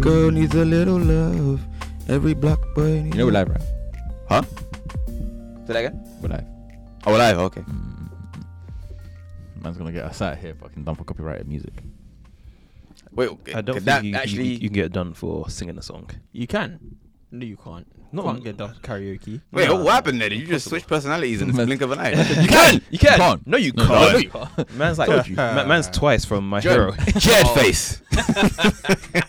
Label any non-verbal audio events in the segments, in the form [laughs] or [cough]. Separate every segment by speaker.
Speaker 1: girl needs a little love. Every black boy needs
Speaker 2: You know we're live, right?
Speaker 1: Huh?
Speaker 2: Say that again?
Speaker 3: We're live.
Speaker 1: Oh, we're live. Okay.
Speaker 3: Mm-hmm. Man's gonna get us out of here fucking done for copyrighted music.
Speaker 2: Wait,
Speaker 4: I don't
Speaker 2: could
Speaker 4: think
Speaker 2: that
Speaker 4: you, you-
Speaker 2: actually.
Speaker 4: you
Speaker 5: [laughs]
Speaker 4: can get done for singing a song.
Speaker 5: You can. No, you can't.
Speaker 4: No,
Speaker 5: No,
Speaker 4: I'm-
Speaker 5: can't get done karaoke.
Speaker 2: Wait, what happened there? Did you just switch
Speaker 3: [laughs]
Speaker 2: personalities in the blink of an eye?
Speaker 3: You can!
Speaker 4: You can.
Speaker 3: Can't.
Speaker 2: [laughs]
Speaker 4: No, you
Speaker 3: No,
Speaker 4: can't.
Speaker 3: no, [laughs]
Speaker 2: you
Speaker 4: Man's like
Speaker 2: Told you.
Speaker 4: [laughs] Ma- man's twice from my hero. [laughs]
Speaker 2: Jared, Jared face.
Speaker 5: Oh. [laughs]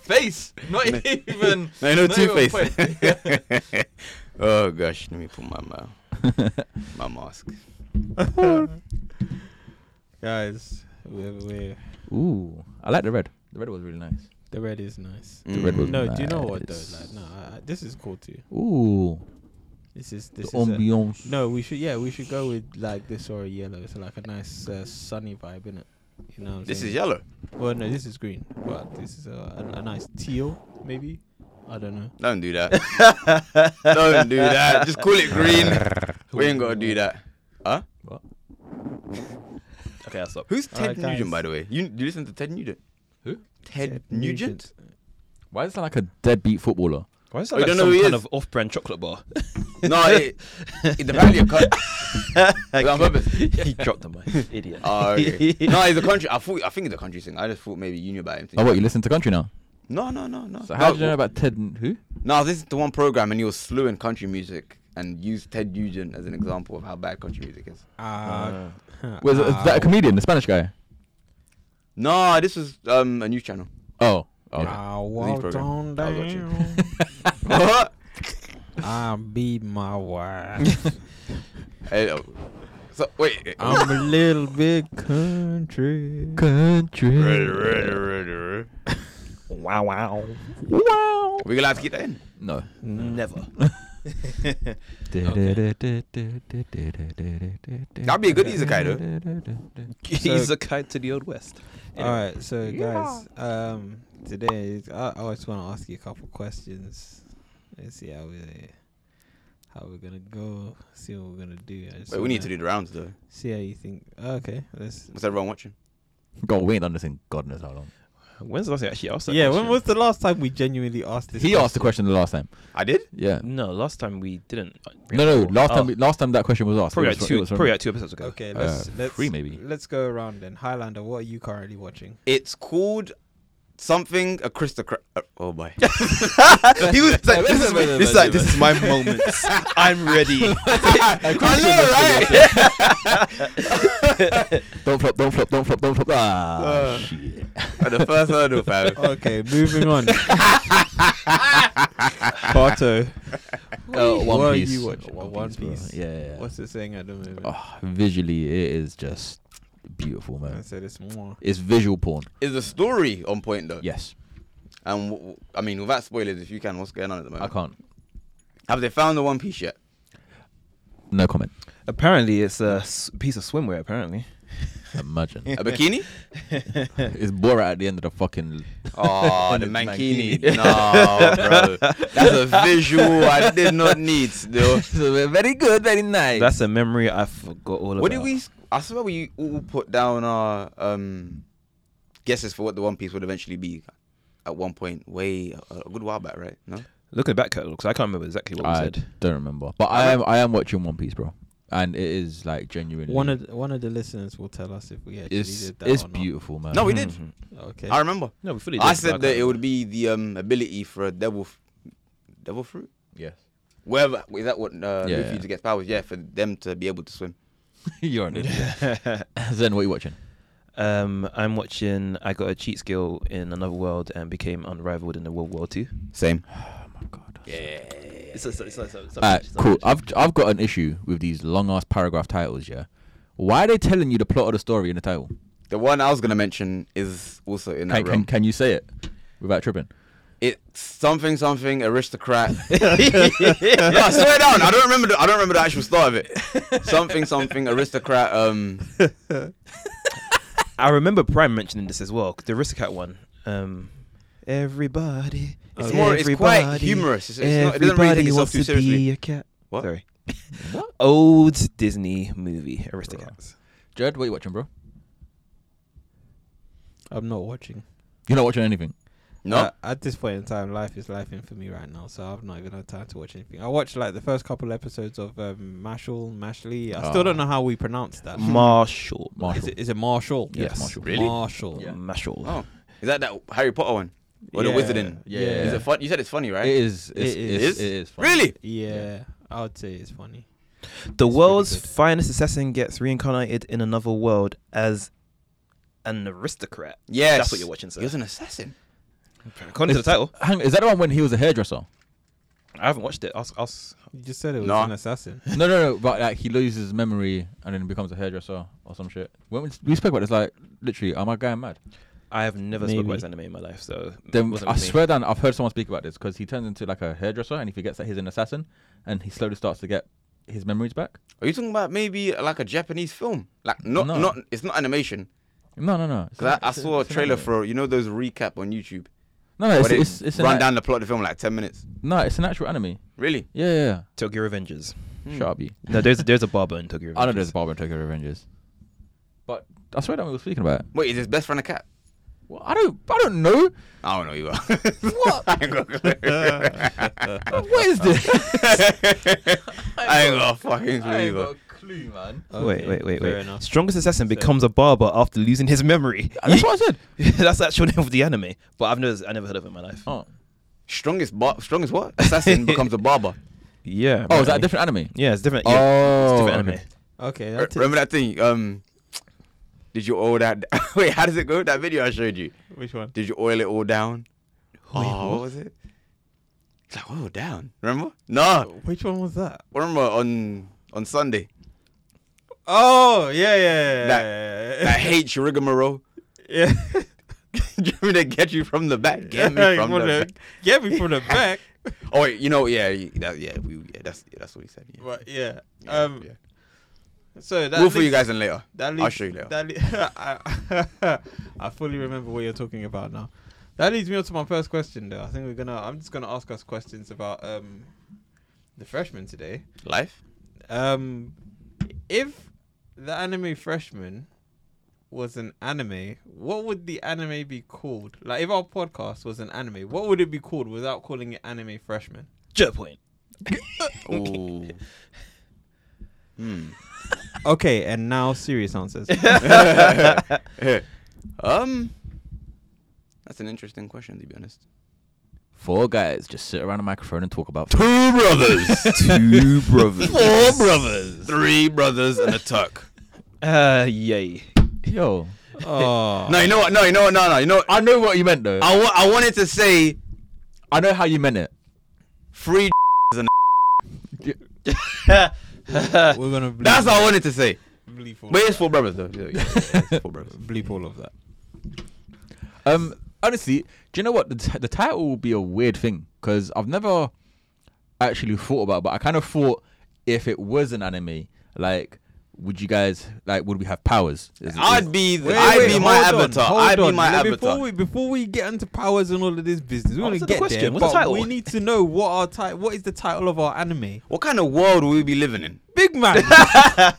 Speaker 5: Face. Not even.
Speaker 2: [laughs] No, you know
Speaker 5: not
Speaker 2: two
Speaker 5: even a
Speaker 2: face.
Speaker 5: point.
Speaker 2: [laughs] oh gosh, let me put my ma- my mask.
Speaker 5: [laughs] Guys, we're, we're,
Speaker 3: Ooh, I like the red. The red was really nice.
Speaker 5: the red is nice.
Speaker 2: Mm.
Speaker 3: red was
Speaker 5: No, do you know what though?
Speaker 3: nice.
Speaker 5: Like, no, I, I- this is cool too.
Speaker 3: Ooh,
Speaker 5: This is this
Speaker 3: the
Speaker 5: is. a-
Speaker 3: ambiance.
Speaker 5: no, we should. Yeah, we should go with like this or a yellow. It's like a nice uh, sunny vibe in it. You know. What I'm
Speaker 2: This
Speaker 5: saying?
Speaker 2: is yellow.
Speaker 5: Well, no, this is green. But this is a, a, a nice teal, maybe. I don't know.
Speaker 2: Don't do
Speaker 5: [laughs]
Speaker 2: that. Don't do that. Just call it
Speaker 4: [laughs]
Speaker 2: green. we ain't gotta do that. Huh? [laughs]
Speaker 4: Okay, I'll stop.
Speaker 2: Who's
Speaker 5: Alright,
Speaker 2: Ted Nugent,
Speaker 5: guys.
Speaker 2: by the way? You, you listen to Ted Nugent?
Speaker 3: Who?
Speaker 2: Ted, Nugent?
Speaker 5: [laughs]
Speaker 3: Why is that like a deadbeat footballer?
Speaker 4: Why is
Speaker 2: Oh,
Speaker 4: that
Speaker 2: you don't
Speaker 4: like
Speaker 2: know
Speaker 4: some
Speaker 2: who he
Speaker 4: kind
Speaker 2: is?
Speaker 4: of off-brand chocolate bar?
Speaker 2: no,
Speaker 5: [laughs]
Speaker 2: it, it apparently a cut. on purpose.
Speaker 4: [laughs] he dropped Ah. the mic. Idiot.
Speaker 3: [laughs]
Speaker 2: Oh, okay. No, he's a country. I thought I think he's a country singer. I just thought maybe you knew about him.
Speaker 3: Oh, what? You listen to country now?
Speaker 2: No, no, no, no.
Speaker 3: So how
Speaker 2: no,
Speaker 3: do you know about Ted? and Who?
Speaker 2: No, this is the one program, and he was slew in country music and used Ted Nugent as an example of how bad country music is.
Speaker 5: Uh,
Speaker 3: Was is that a comedian? The Spanish guy?
Speaker 2: No, this was um a news
Speaker 3: [laughs]
Speaker 2: channel. [laughs]
Speaker 3: Oh, oh, okay.
Speaker 5: I walked
Speaker 2: program.
Speaker 5: on
Speaker 2: I got you.
Speaker 5: down.
Speaker 2: What?
Speaker 5: I Ah, be my [laughs] wife.
Speaker 2: Hey, oh. so wait.
Speaker 5: I'm a little bit country.
Speaker 3: [laughs] country.
Speaker 2: We're
Speaker 4: [laughs] wow, wow.
Speaker 3: Wow.
Speaker 2: gonna have to keep that in.
Speaker 3: No.
Speaker 4: Never.
Speaker 2: That'd
Speaker 3: That'd
Speaker 2: be a good izakai though.
Speaker 3: though.
Speaker 4: He's a kite to the old west.
Speaker 5: All right, so guys, um, today is- I, I just want to ask you a couple questions. Let's see how we how we're gonna go. See what we're gonna do. I just
Speaker 2: Wait, we need to
Speaker 5: wanna
Speaker 2: do the rounds though.
Speaker 5: See how you think. Okay, let's.
Speaker 2: What's everyone watching?
Speaker 3: God, we ain't done this in God knows how long.
Speaker 4: When's the last time I actually asked that
Speaker 5: yeah,
Speaker 4: question?
Speaker 5: when was the last time we genuinely asked this?
Speaker 3: he asked the question the last time.
Speaker 2: I did.
Speaker 3: Yeah.
Speaker 4: No, last time we didn't. uh, bring
Speaker 3: No,
Speaker 4: it
Speaker 3: no.
Speaker 4: forward.
Speaker 3: Last
Speaker 4: Oh,
Speaker 3: time, we, last time that question was asked.
Speaker 4: probably
Speaker 3: It
Speaker 4: like
Speaker 3: was-
Speaker 4: two,
Speaker 3: it was from-
Speaker 4: probably like two episodes ago.
Speaker 5: Okay,
Speaker 3: Uh,
Speaker 5: let's let's
Speaker 3: three maybe.
Speaker 5: Let's go around then. Highlander, what are you
Speaker 3: [laughs]
Speaker 5: currently watching?
Speaker 2: It's called something a crystocrat. Uh, oh [laughs] boy. he was like, this is my, this is like, this is my [laughs] moment.
Speaker 4: [laughs] I'm ready.
Speaker 2: I know, right?
Speaker 3: [laughs] Don't flop, don't flop, don't flop, don't flop. Ah,
Speaker 2: Uh.
Speaker 3: shit.
Speaker 2: At the first hurdle, fam.
Speaker 5: Okay,
Speaker 3: [laughs]
Speaker 5: moving on. Barto,
Speaker 3: Uh, One
Speaker 5: what
Speaker 3: Piece.
Speaker 5: are you watching?
Speaker 3: One
Speaker 5: Oh, One
Speaker 3: Piece, bro.
Speaker 5: Piece.
Speaker 3: Yeah, yeah, yeah.
Speaker 5: What's it saying at the moment?
Speaker 3: Oh, visually, it is just beautiful,
Speaker 5: I
Speaker 3: man.
Speaker 5: said it's more.
Speaker 3: It's visual porn.
Speaker 2: Is the story on point though?
Speaker 3: Yes,
Speaker 2: And w- w- I mean, without spoilers, if you can, what's going on at the
Speaker 3: I
Speaker 2: moment?
Speaker 3: can't.
Speaker 2: Have they found the One Piece yet?
Speaker 3: No comment.
Speaker 4: apparently, it's a s- piece of swimwear. Apparently,
Speaker 3: Imagine.
Speaker 2: [laughs] A bikini?
Speaker 3: it's Borat at the end of the fucking. [laughs]
Speaker 2: [laughs] Oh, the
Speaker 3: It's
Speaker 2: mankini. [laughs] No, bro. That's a visual I did not need, though.
Speaker 3: very good, very nice.
Speaker 4: that's a memory I forgot all about.
Speaker 2: What did we? I swear we all put down our um, guesses for what the One Piece would eventually be at one point, way uh, a, a good while back, right? No.
Speaker 4: Looking back at it, because I can't remember exactly what we
Speaker 3: I
Speaker 4: said.
Speaker 3: don't remember, but I am. I am watching One Piece, bro, and it is like genuinely.
Speaker 5: One of the, one of the listeners will tell us if we actually
Speaker 3: it's
Speaker 5: did that.
Speaker 3: it's
Speaker 5: or not.
Speaker 3: beautiful, man.
Speaker 2: No, we did.
Speaker 4: Mhm.
Speaker 5: Okay.
Speaker 2: I remember.
Speaker 4: No, we fully.
Speaker 2: I
Speaker 4: did,
Speaker 2: said
Speaker 4: but
Speaker 2: that
Speaker 4: can't
Speaker 2: it would be the um ability for a devil, f- devil fruit.
Speaker 3: [laughs] Yes. [laughs]
Speaker 2: Whether is that what uh,
Speaker 3: Yeah,
Speaker 2: Luffy
Speaker 3: yeah.
Speaker 2: to get powers? Yeah, for them to be able to swim.
Speaker 3: You're an idiot. Zen, what are you watching?
Speaker 4: Um, I'm watching. I got a cheat skill in another world and became unrivaled in the World War Two.
Speaker 2: Same.
Speaker 4: It's, it's, it's, it's, it's,
Speaker 3: Alright, cool. I've I've got an issue with these long ass paragraph titles. Yeah, why are they telling you the plot of the story in the title?
Speaker 2: The one I was gonna mention is also in that
Speaker 3: Can can,
Speaker 2: realm.
Speaker 3: can you say it without tripping?
Speaker 2: It's something something aristocrat. no, I swear down. I don't remember. The, I don't remember the actual start of it. Something something aristocrat. Um,
Speaker 4: [laughs] I remember Prime mentioning this as well. 'cause The Aristocrat one. Um, everybody.
Speaker 2: It's more- it's quite humorous. It's- it's not- it doesn't really take
Speaker 4: everybody
Speaker 2: itself
Speaker 4: wants
Speaker 2: too
Speaker 4: to
Speaker 2: seriously.
Speaker 4: Be a cat.
Speaker 2: What?
Speaker 4: Sorry. Old Disney movie Aristocrats.
Speaker 3: Jared, what are you watching, bro?
Speaker 5: I'm not watching.
Speaker 3: You're not watching anything.
Speaker 2: No.
Speaker 5: Uh, at this point in time, life is life in for me right now, so I've not even had time to watch anything. I watched like the first couple episodes of um, Marshall, Mashley. I still don't
Speaker 3: Ah.
Speaker 5: know how we pronounce that.
Speaker 4: Marshall.
Speaker 5: Is
Speaker 3: Marshall.
Speaker 5: it, is it Marshall?
Speaker 3: Yeah, it's Yes. Marshall.
Speaker 2: Really?
Speaker 5: Marshall.
Speaker 3: Yeah.
Speaker 4: Marshall.
Speaker 2: oh, is that that Harry Potter one or the
Speaker 5: Yeah.
Speaker 2: Wizarding?
Speaker 3: Yeah.
Speaker 2: Is it fun? You said it's funny, right?
Speaker 3: It is.
Speaker 5: It
Speaker 3: It's,
Speaker 5: is.
Speaker 3: it's,
Speaker 2: Is?
Speaker 3: It is. funny.
Speaker 2: Really?
Speaker 5: Yeah, I would say it's funny.
Speaker 4: The
Speaker 5: It's really
Speaker 4: world's
Speaker 5: good.
Speaker 4: finest assassin gets reincarnated in another world as an aristocrat.
Speaker 2: Yes.
Speaker 4: That's what you're watching, sir.
Speaker 2: He was an assassin.
Speaker 4: According to the title,
Speaker 3: Hang, is that the one when he was a hairdresser?
Speaker 4: I haven't watched it. I'll, I'll,
Speaker 5: You just said it was
Speaker 2: Nah.
Speaker 5: an assassin.
Speaker 3: no, no, no. But like he loses his memory and then becomes a hairdresser or some shit. When we, we spoke about this, like literally, am I going mad?
Speaker 4: I have never spoken about
Speaker 5: Maybe.
Speaker 4: this anime in my life, so it
Speaker 3: Then
Speaker 4: wasn't
Speaker 3: I
Speaker 4: me.
Speaker 3: swear down, I've heard someone speak about this because he turns into like a hairdresser and he forgets that he's an assassin and he slowly starts to get his memories back.
Speaker 2: Are you talking about maybe like a Japanese film? Like not
Speaker 3: No.
Speaker 2: not it's not animation.
Speaker 3: No, no, no. It's
Speaker 2: Cause
Speaker 3: not-
Speaker 2: I, I
Speaker 3: it's
Speaker 2: saw a
Speaker 3: it's
Speaker 2: trailer
Speaker 3: anime.
Speaker 2: for you know those recap on YouTube.
Speaker 3: No, no, it's,
Speaker 2: where they
Speaker 3: it's, it's an
Speaker 2: run
Speaker 3: act-
Speaker 2: down the plot of the film like ten minutes.
Speaker 3: No, it's an actual anime.
Speaker 2: Really?
Speaker 3: Yeah, yeah. yeah.
Speaker 4: Tokyo Revengers.
Speaker 2: Hmm.
Speaker 3: Shut up, you.
Speaker 4: No, there's there's a barber in Tokyo Revengers.
Speaker 3: [laughs] I know there's a Barber and Tokyo Revengers, but I swear down, we were speaking about it.
Speaker 2: Wait, is his best friend a cat?
Speaker 3: Well, I don't, I don't know.
Speaker 2: I don't know you are. [laughs]
Speaker 3: What?
Speaker 2: I ain't got a
Speaker 3: [laughs]
Speaker 2: clue.
Speaker 3: what is this?
Speaker 2: [laughs] I ain't got a fucking clue
Speaker 3: I ain't
Speaker 2: either.
Speaker 3: got a clue, man.
Speaker 5: Okay,
Speaker 4: Wait, wait, wait,
Speaker 5: fair
Speaker 4: wait.
Speaker 5: enough.
Speaker 4: Strongest assassin becomes a barber after losing his memory.
Speaker 3: That's what [laughs] I said.
Speaker 4: [laughs] That's the actual name of the anime, but I've never I never heard of it in my life.
Speaker 3: Oh,
Speaker 2: Strongest bar- strongest what? Assassin becomes a barber.
Speaker 4: Yeah.
Speaker 3: oh, is that a
Speaker 4: apparently.
Speaker 3: different anime?
Speaker 4: Yeah, it's different. Yeah, it's
Speaker 3: Oh,
Speaker 4: different anime.
Speaker 5: Okay,
Speaker 2: R-
Speaker 5: that's it.
Speaker 2: Remember that thing? Um, did you oil that? [laughs] Wait, how does it go? That video I showed you.
Speaker 5: Which one?
Speaker 2: Did you oil it all down? oh, what? was it? It's like oil down. Remember? No,
Speaker 5: Uh, Which one was that?
Speaker 2: remember on on Sunday
Speaker 5: Oh, yeah, yeah, yeah,
Speaker 2: That-
Speaker 5: yeah, yeah,
Speaker 2: that
Speaker 5: [laughs]
Speaker 2: H rigmarole. [laughs]
Speaker 5: yeah.
Speaker 2: Do you mean they get you from the back? [laughs] Get me
Speaker 5: Yeah, [laughs]
Speaker 2: from
Speaker 5: you
Speaker 2: the
Speaker 5: wanna
Speaker 2: back.
Speaker 5: Get me from the
Speaker 2: [laughs]
Speaker 5: back.
Speaker 2: Oh wait, you know, yeah, you- that, yeah, we, yeah, that's yeah, that's what he said. Yeah.
Speaker 5: But yeah,
Speaker 2: Yeah,
Speaker 5: um,
Speaker 2: yeah.
Speaker 5: so that
Speaker 2: we'll for you
Speaker 5: leads-
Speaker 2: guys in later.
Speaker 5: That
Speaker 2: I'll
Speaker 5: leads-
Speaker 2: show you later.
Speaker 5: That le- [laughs] I, I fully remember what you're talking about now. That leads me on to my first question, though. I think we're gonna. I'm just gonna ask us questions about um, the freshmen today. [laughs]
Speaker 2: Life.
Speaker 5: Um, if the anime freshman was an anime, what would the anime be called? Like, if our podcast was an anime, what would it be called without calling it anime freshman?
Speaker 4: Jerk point. [laughs]
Speaker 2: Ooh. hmm.
Speaker 5: Okay, and now serious [laughs] answers.
Speaker 2: [laughs] um, that's an interesting question to be honest.
Speaker 3: Four guys just sit around a microphone and talk about.
Speaker 2: Two brothers, [laughs]
Speaker 4: Two [laughs] brothers.
Speaker 2: four brothers, three brothers, and a tuck.
Speaker 4: Uh, yay.
Speaker 3: [laughs] Yo,
Speaker 5: oh,
Speaker 2: No, you know what? No, you know what? No, no, you know. What?
Speaker 3: I know what you meant though.
Speaker 2: I, wa- I wanted to say
Speaker 3: I know how you meant it.
Speaker 2: free.
Speaker 5: we're
Speaker 4: [laughs]
Speaker 5: gonna bleep,
Speaker 2: That's what I wanted to say.
Speaker 5: bleep all
Speaker 2: But it's four brothers though. Yeah, yeah, yeah, [laughs] it's four brothers.
Speaker 5: bleep all of that.
Speaker 3: Um, honestly, do you know what the, t- the title will be a weird thing because I've never actually thought about, it, but I kind of thought if it was an anime, like, would you guys like would we have powers? Is- is-
Speaker 2: I'd be,
Speaker 5: Wait,
Speaker 2: I'd
Speaker 5: wait,
Speaker 2: be my
Speaker 5: hold on,
Speaker 2: avatar.
Speaker 5: hold
Speaker 2: I'd be
Speaker 5: on.
Speaker 2: my
Speaker 5: Now,
Speaker 2: avatar.
Speaker 5: Before we, before we get into powers and all of this business, we want
Speaker 4: Answer
Speaker 5: to
Speaker 4: the
Speaker 5: get there.
Speaker 4: question. What's the
Speaker 5: but
Speaker 4: title?
Speaker 5: we need to know what our title. What is the title of our anime?
Speaker 2: What kind of world will we be living in?
Speaker 5: Big man. [laughs]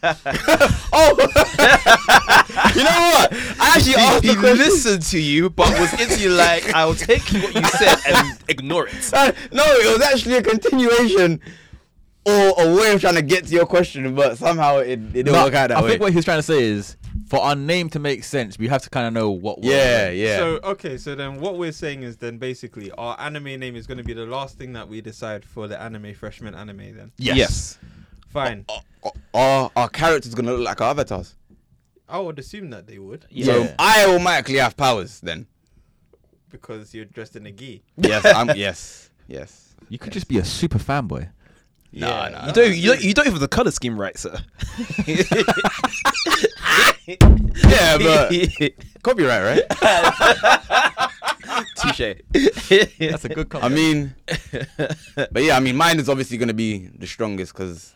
Speaker 2: Oh,
Speaker 3: [laughs]
Speaker 2: you know what? I actually asked the
Speaker 5: [laughs]
Speaker 2: question.
Speaker 4: listened to you, but was into you like, I'll take what you said
Speaker 3: [laughs]
Speaker 4: and ignore it.
Speaker 2: Uh, no, it was actually a continuation or a way of trying to get to your question, but somehow it, it didn't
Speaker 3: No,
Speaker 2: work out that
Speaker 3: I
Speaker 2: way.
Speaker 3: think what he's trying to say is for our name to make sense, we have to kind of know what. we're
Speaker 2: yeah,
Speaker 3: in.
Speaker 2: yeah.
Speaker 5: So okay, so then what we're saying is then basically our anime name is going to be the last thing that we decide for the anime freshman anime. Then
Speaker 3: Yes.
Speaker 5: fine.
Speaker 2: Our- our, our characters gonna look like our avatars.
Speaker 5: I would assume that they would
Speaker 4: Yeah.
Speaker 2: So I automatically have powers then.
Speaker 5: because you're dressed in a gi.
Speaker 2: Yes, I'm [laughs] yes. Yes.
Speaker 3: You could just be a super fanboy.
Speaker 2: No,
Speaker 5: Yeah.
Speaker 2: no.
Speaker 4: you, don't, you, don't, you don't even have the color scheme right, sir.
Speaker 2: Yeah, but [laughs] copyright, right? [laughs]
Speaker 4: Touche.
Speaker 3: That's a good.
Speaker 2: I mean, but yeah, I mean, mine is obviously gonna be the strongest because,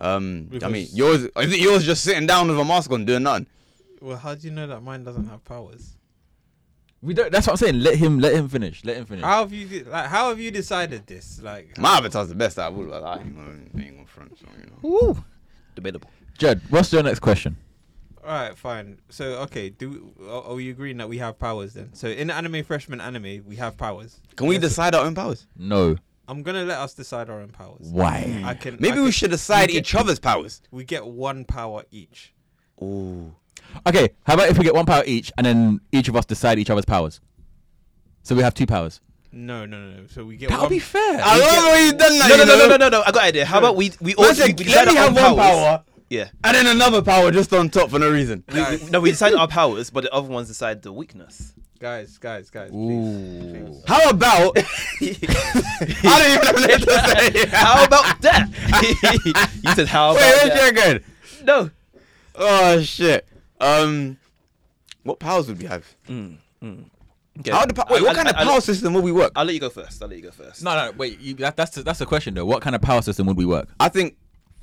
Speaker 2: um, I mean,
Speaker 5: Because-
Speaker 2: yours is it yours just sitting down with a mask on doing nothing.
Speaker 5: Well, how do you know that mine doesn't have powers?
Speaker 3: we don't. That's what I'm saying. Let him. Let him finish. Let him finish.
Speaker 2: Ah.
Speaker 5: How have you de- like? How have you decided this? Like,
Speaker 2: My avatar's the best. I would. I ain't gonna- I ain't gonna front, so you know.
Speaker 4: Woo. [laughs] Debatable.
Speaker 3: Jed, what's your next question?
Speaker 5: All right, fine. So, okay, do oh, are, are we agreeing that we have powers then? So, in anime freshman anime, we have powers.
Speaker 2: Can we
Speaker 5: Yes.
Speaker 2: decide our own powers?
Speaker 3: No.
Speaker 5: I'm gonna let us decide our own powers.
Speaker 2: Mm.
Speaker 3: Why?
Speaker 5: I can.
Speaker 2: Maybe
Speaker 5: I
Speaker 2: we
Speaker 5: can-
Speaker 2: should decide
Speaker 5: we get-
Speaker 2: each other's powers.
Speaker 5: We get one power each.
Speaker 2: Ooh.
Speaker 3: Okay, how about if we get one power each and then each of us decide each other's powers? So we have two powers.
Speaker 5: No, no, no. no. So we get.
Speaker 2: Um,
Speaker 3: That
Speaker 5: one,
Speaker 3: would be fair.
Speaker 2: I love how you've done that.
Speaker 4: No,
Speaker 2: you
Speaker 4: no, no,
Speaker 2: know?
Speaker 4: no, no, no, no. I got an idea. How about we we all
Speaker 2: Man
Speaker 4: we,
Speaker 2: said,
Speaker 4: we
Speaker 2: let
Speaker 4: decide
Speaker 2: me
Speaker 4: our
Speaker 2: have
Speaker 4: own
Speaker 2: one
Speaker 4: powers.
Speaker 2: power
Speaker 4: Yeah.
Speaker 2: and then another power just on top for no reason.
Speaker 4: We, we, no, we decide our powers, but the other ones decide the
Speaker 2: [laughs]
Speaker 4: weakness.
Speaker 5: Guys, guys, guys.
Speaker 3: Ooh.
Speaker 5: Please, please.
Speaker 2: How about? I don't even know what to say. [laughs]
Speaker 4: How about that? [laughs] you said how about
Speaker 2: Wait, where's
Speaker 4: that?
Speaker 2: your good?
Speaker 4: No.
Speaker 2: Oh shit. Um, what powers would we have?
Speaker 4: Okay.
Speaker 2: How would the pow- wait,
Speaker 4: I'll-
Speaker 2: what kind
Speaker 4: I'll-
Speaker 2: of
Speaker 4: I'll-
Speaker 2: power system would we work?
Speaker 4: I'll let you go first. I'll let you go first.
Speaker 3: No, no, wait. You, that, that's the, that's the question though. What kind of power system would we work?
Speaker 2: I think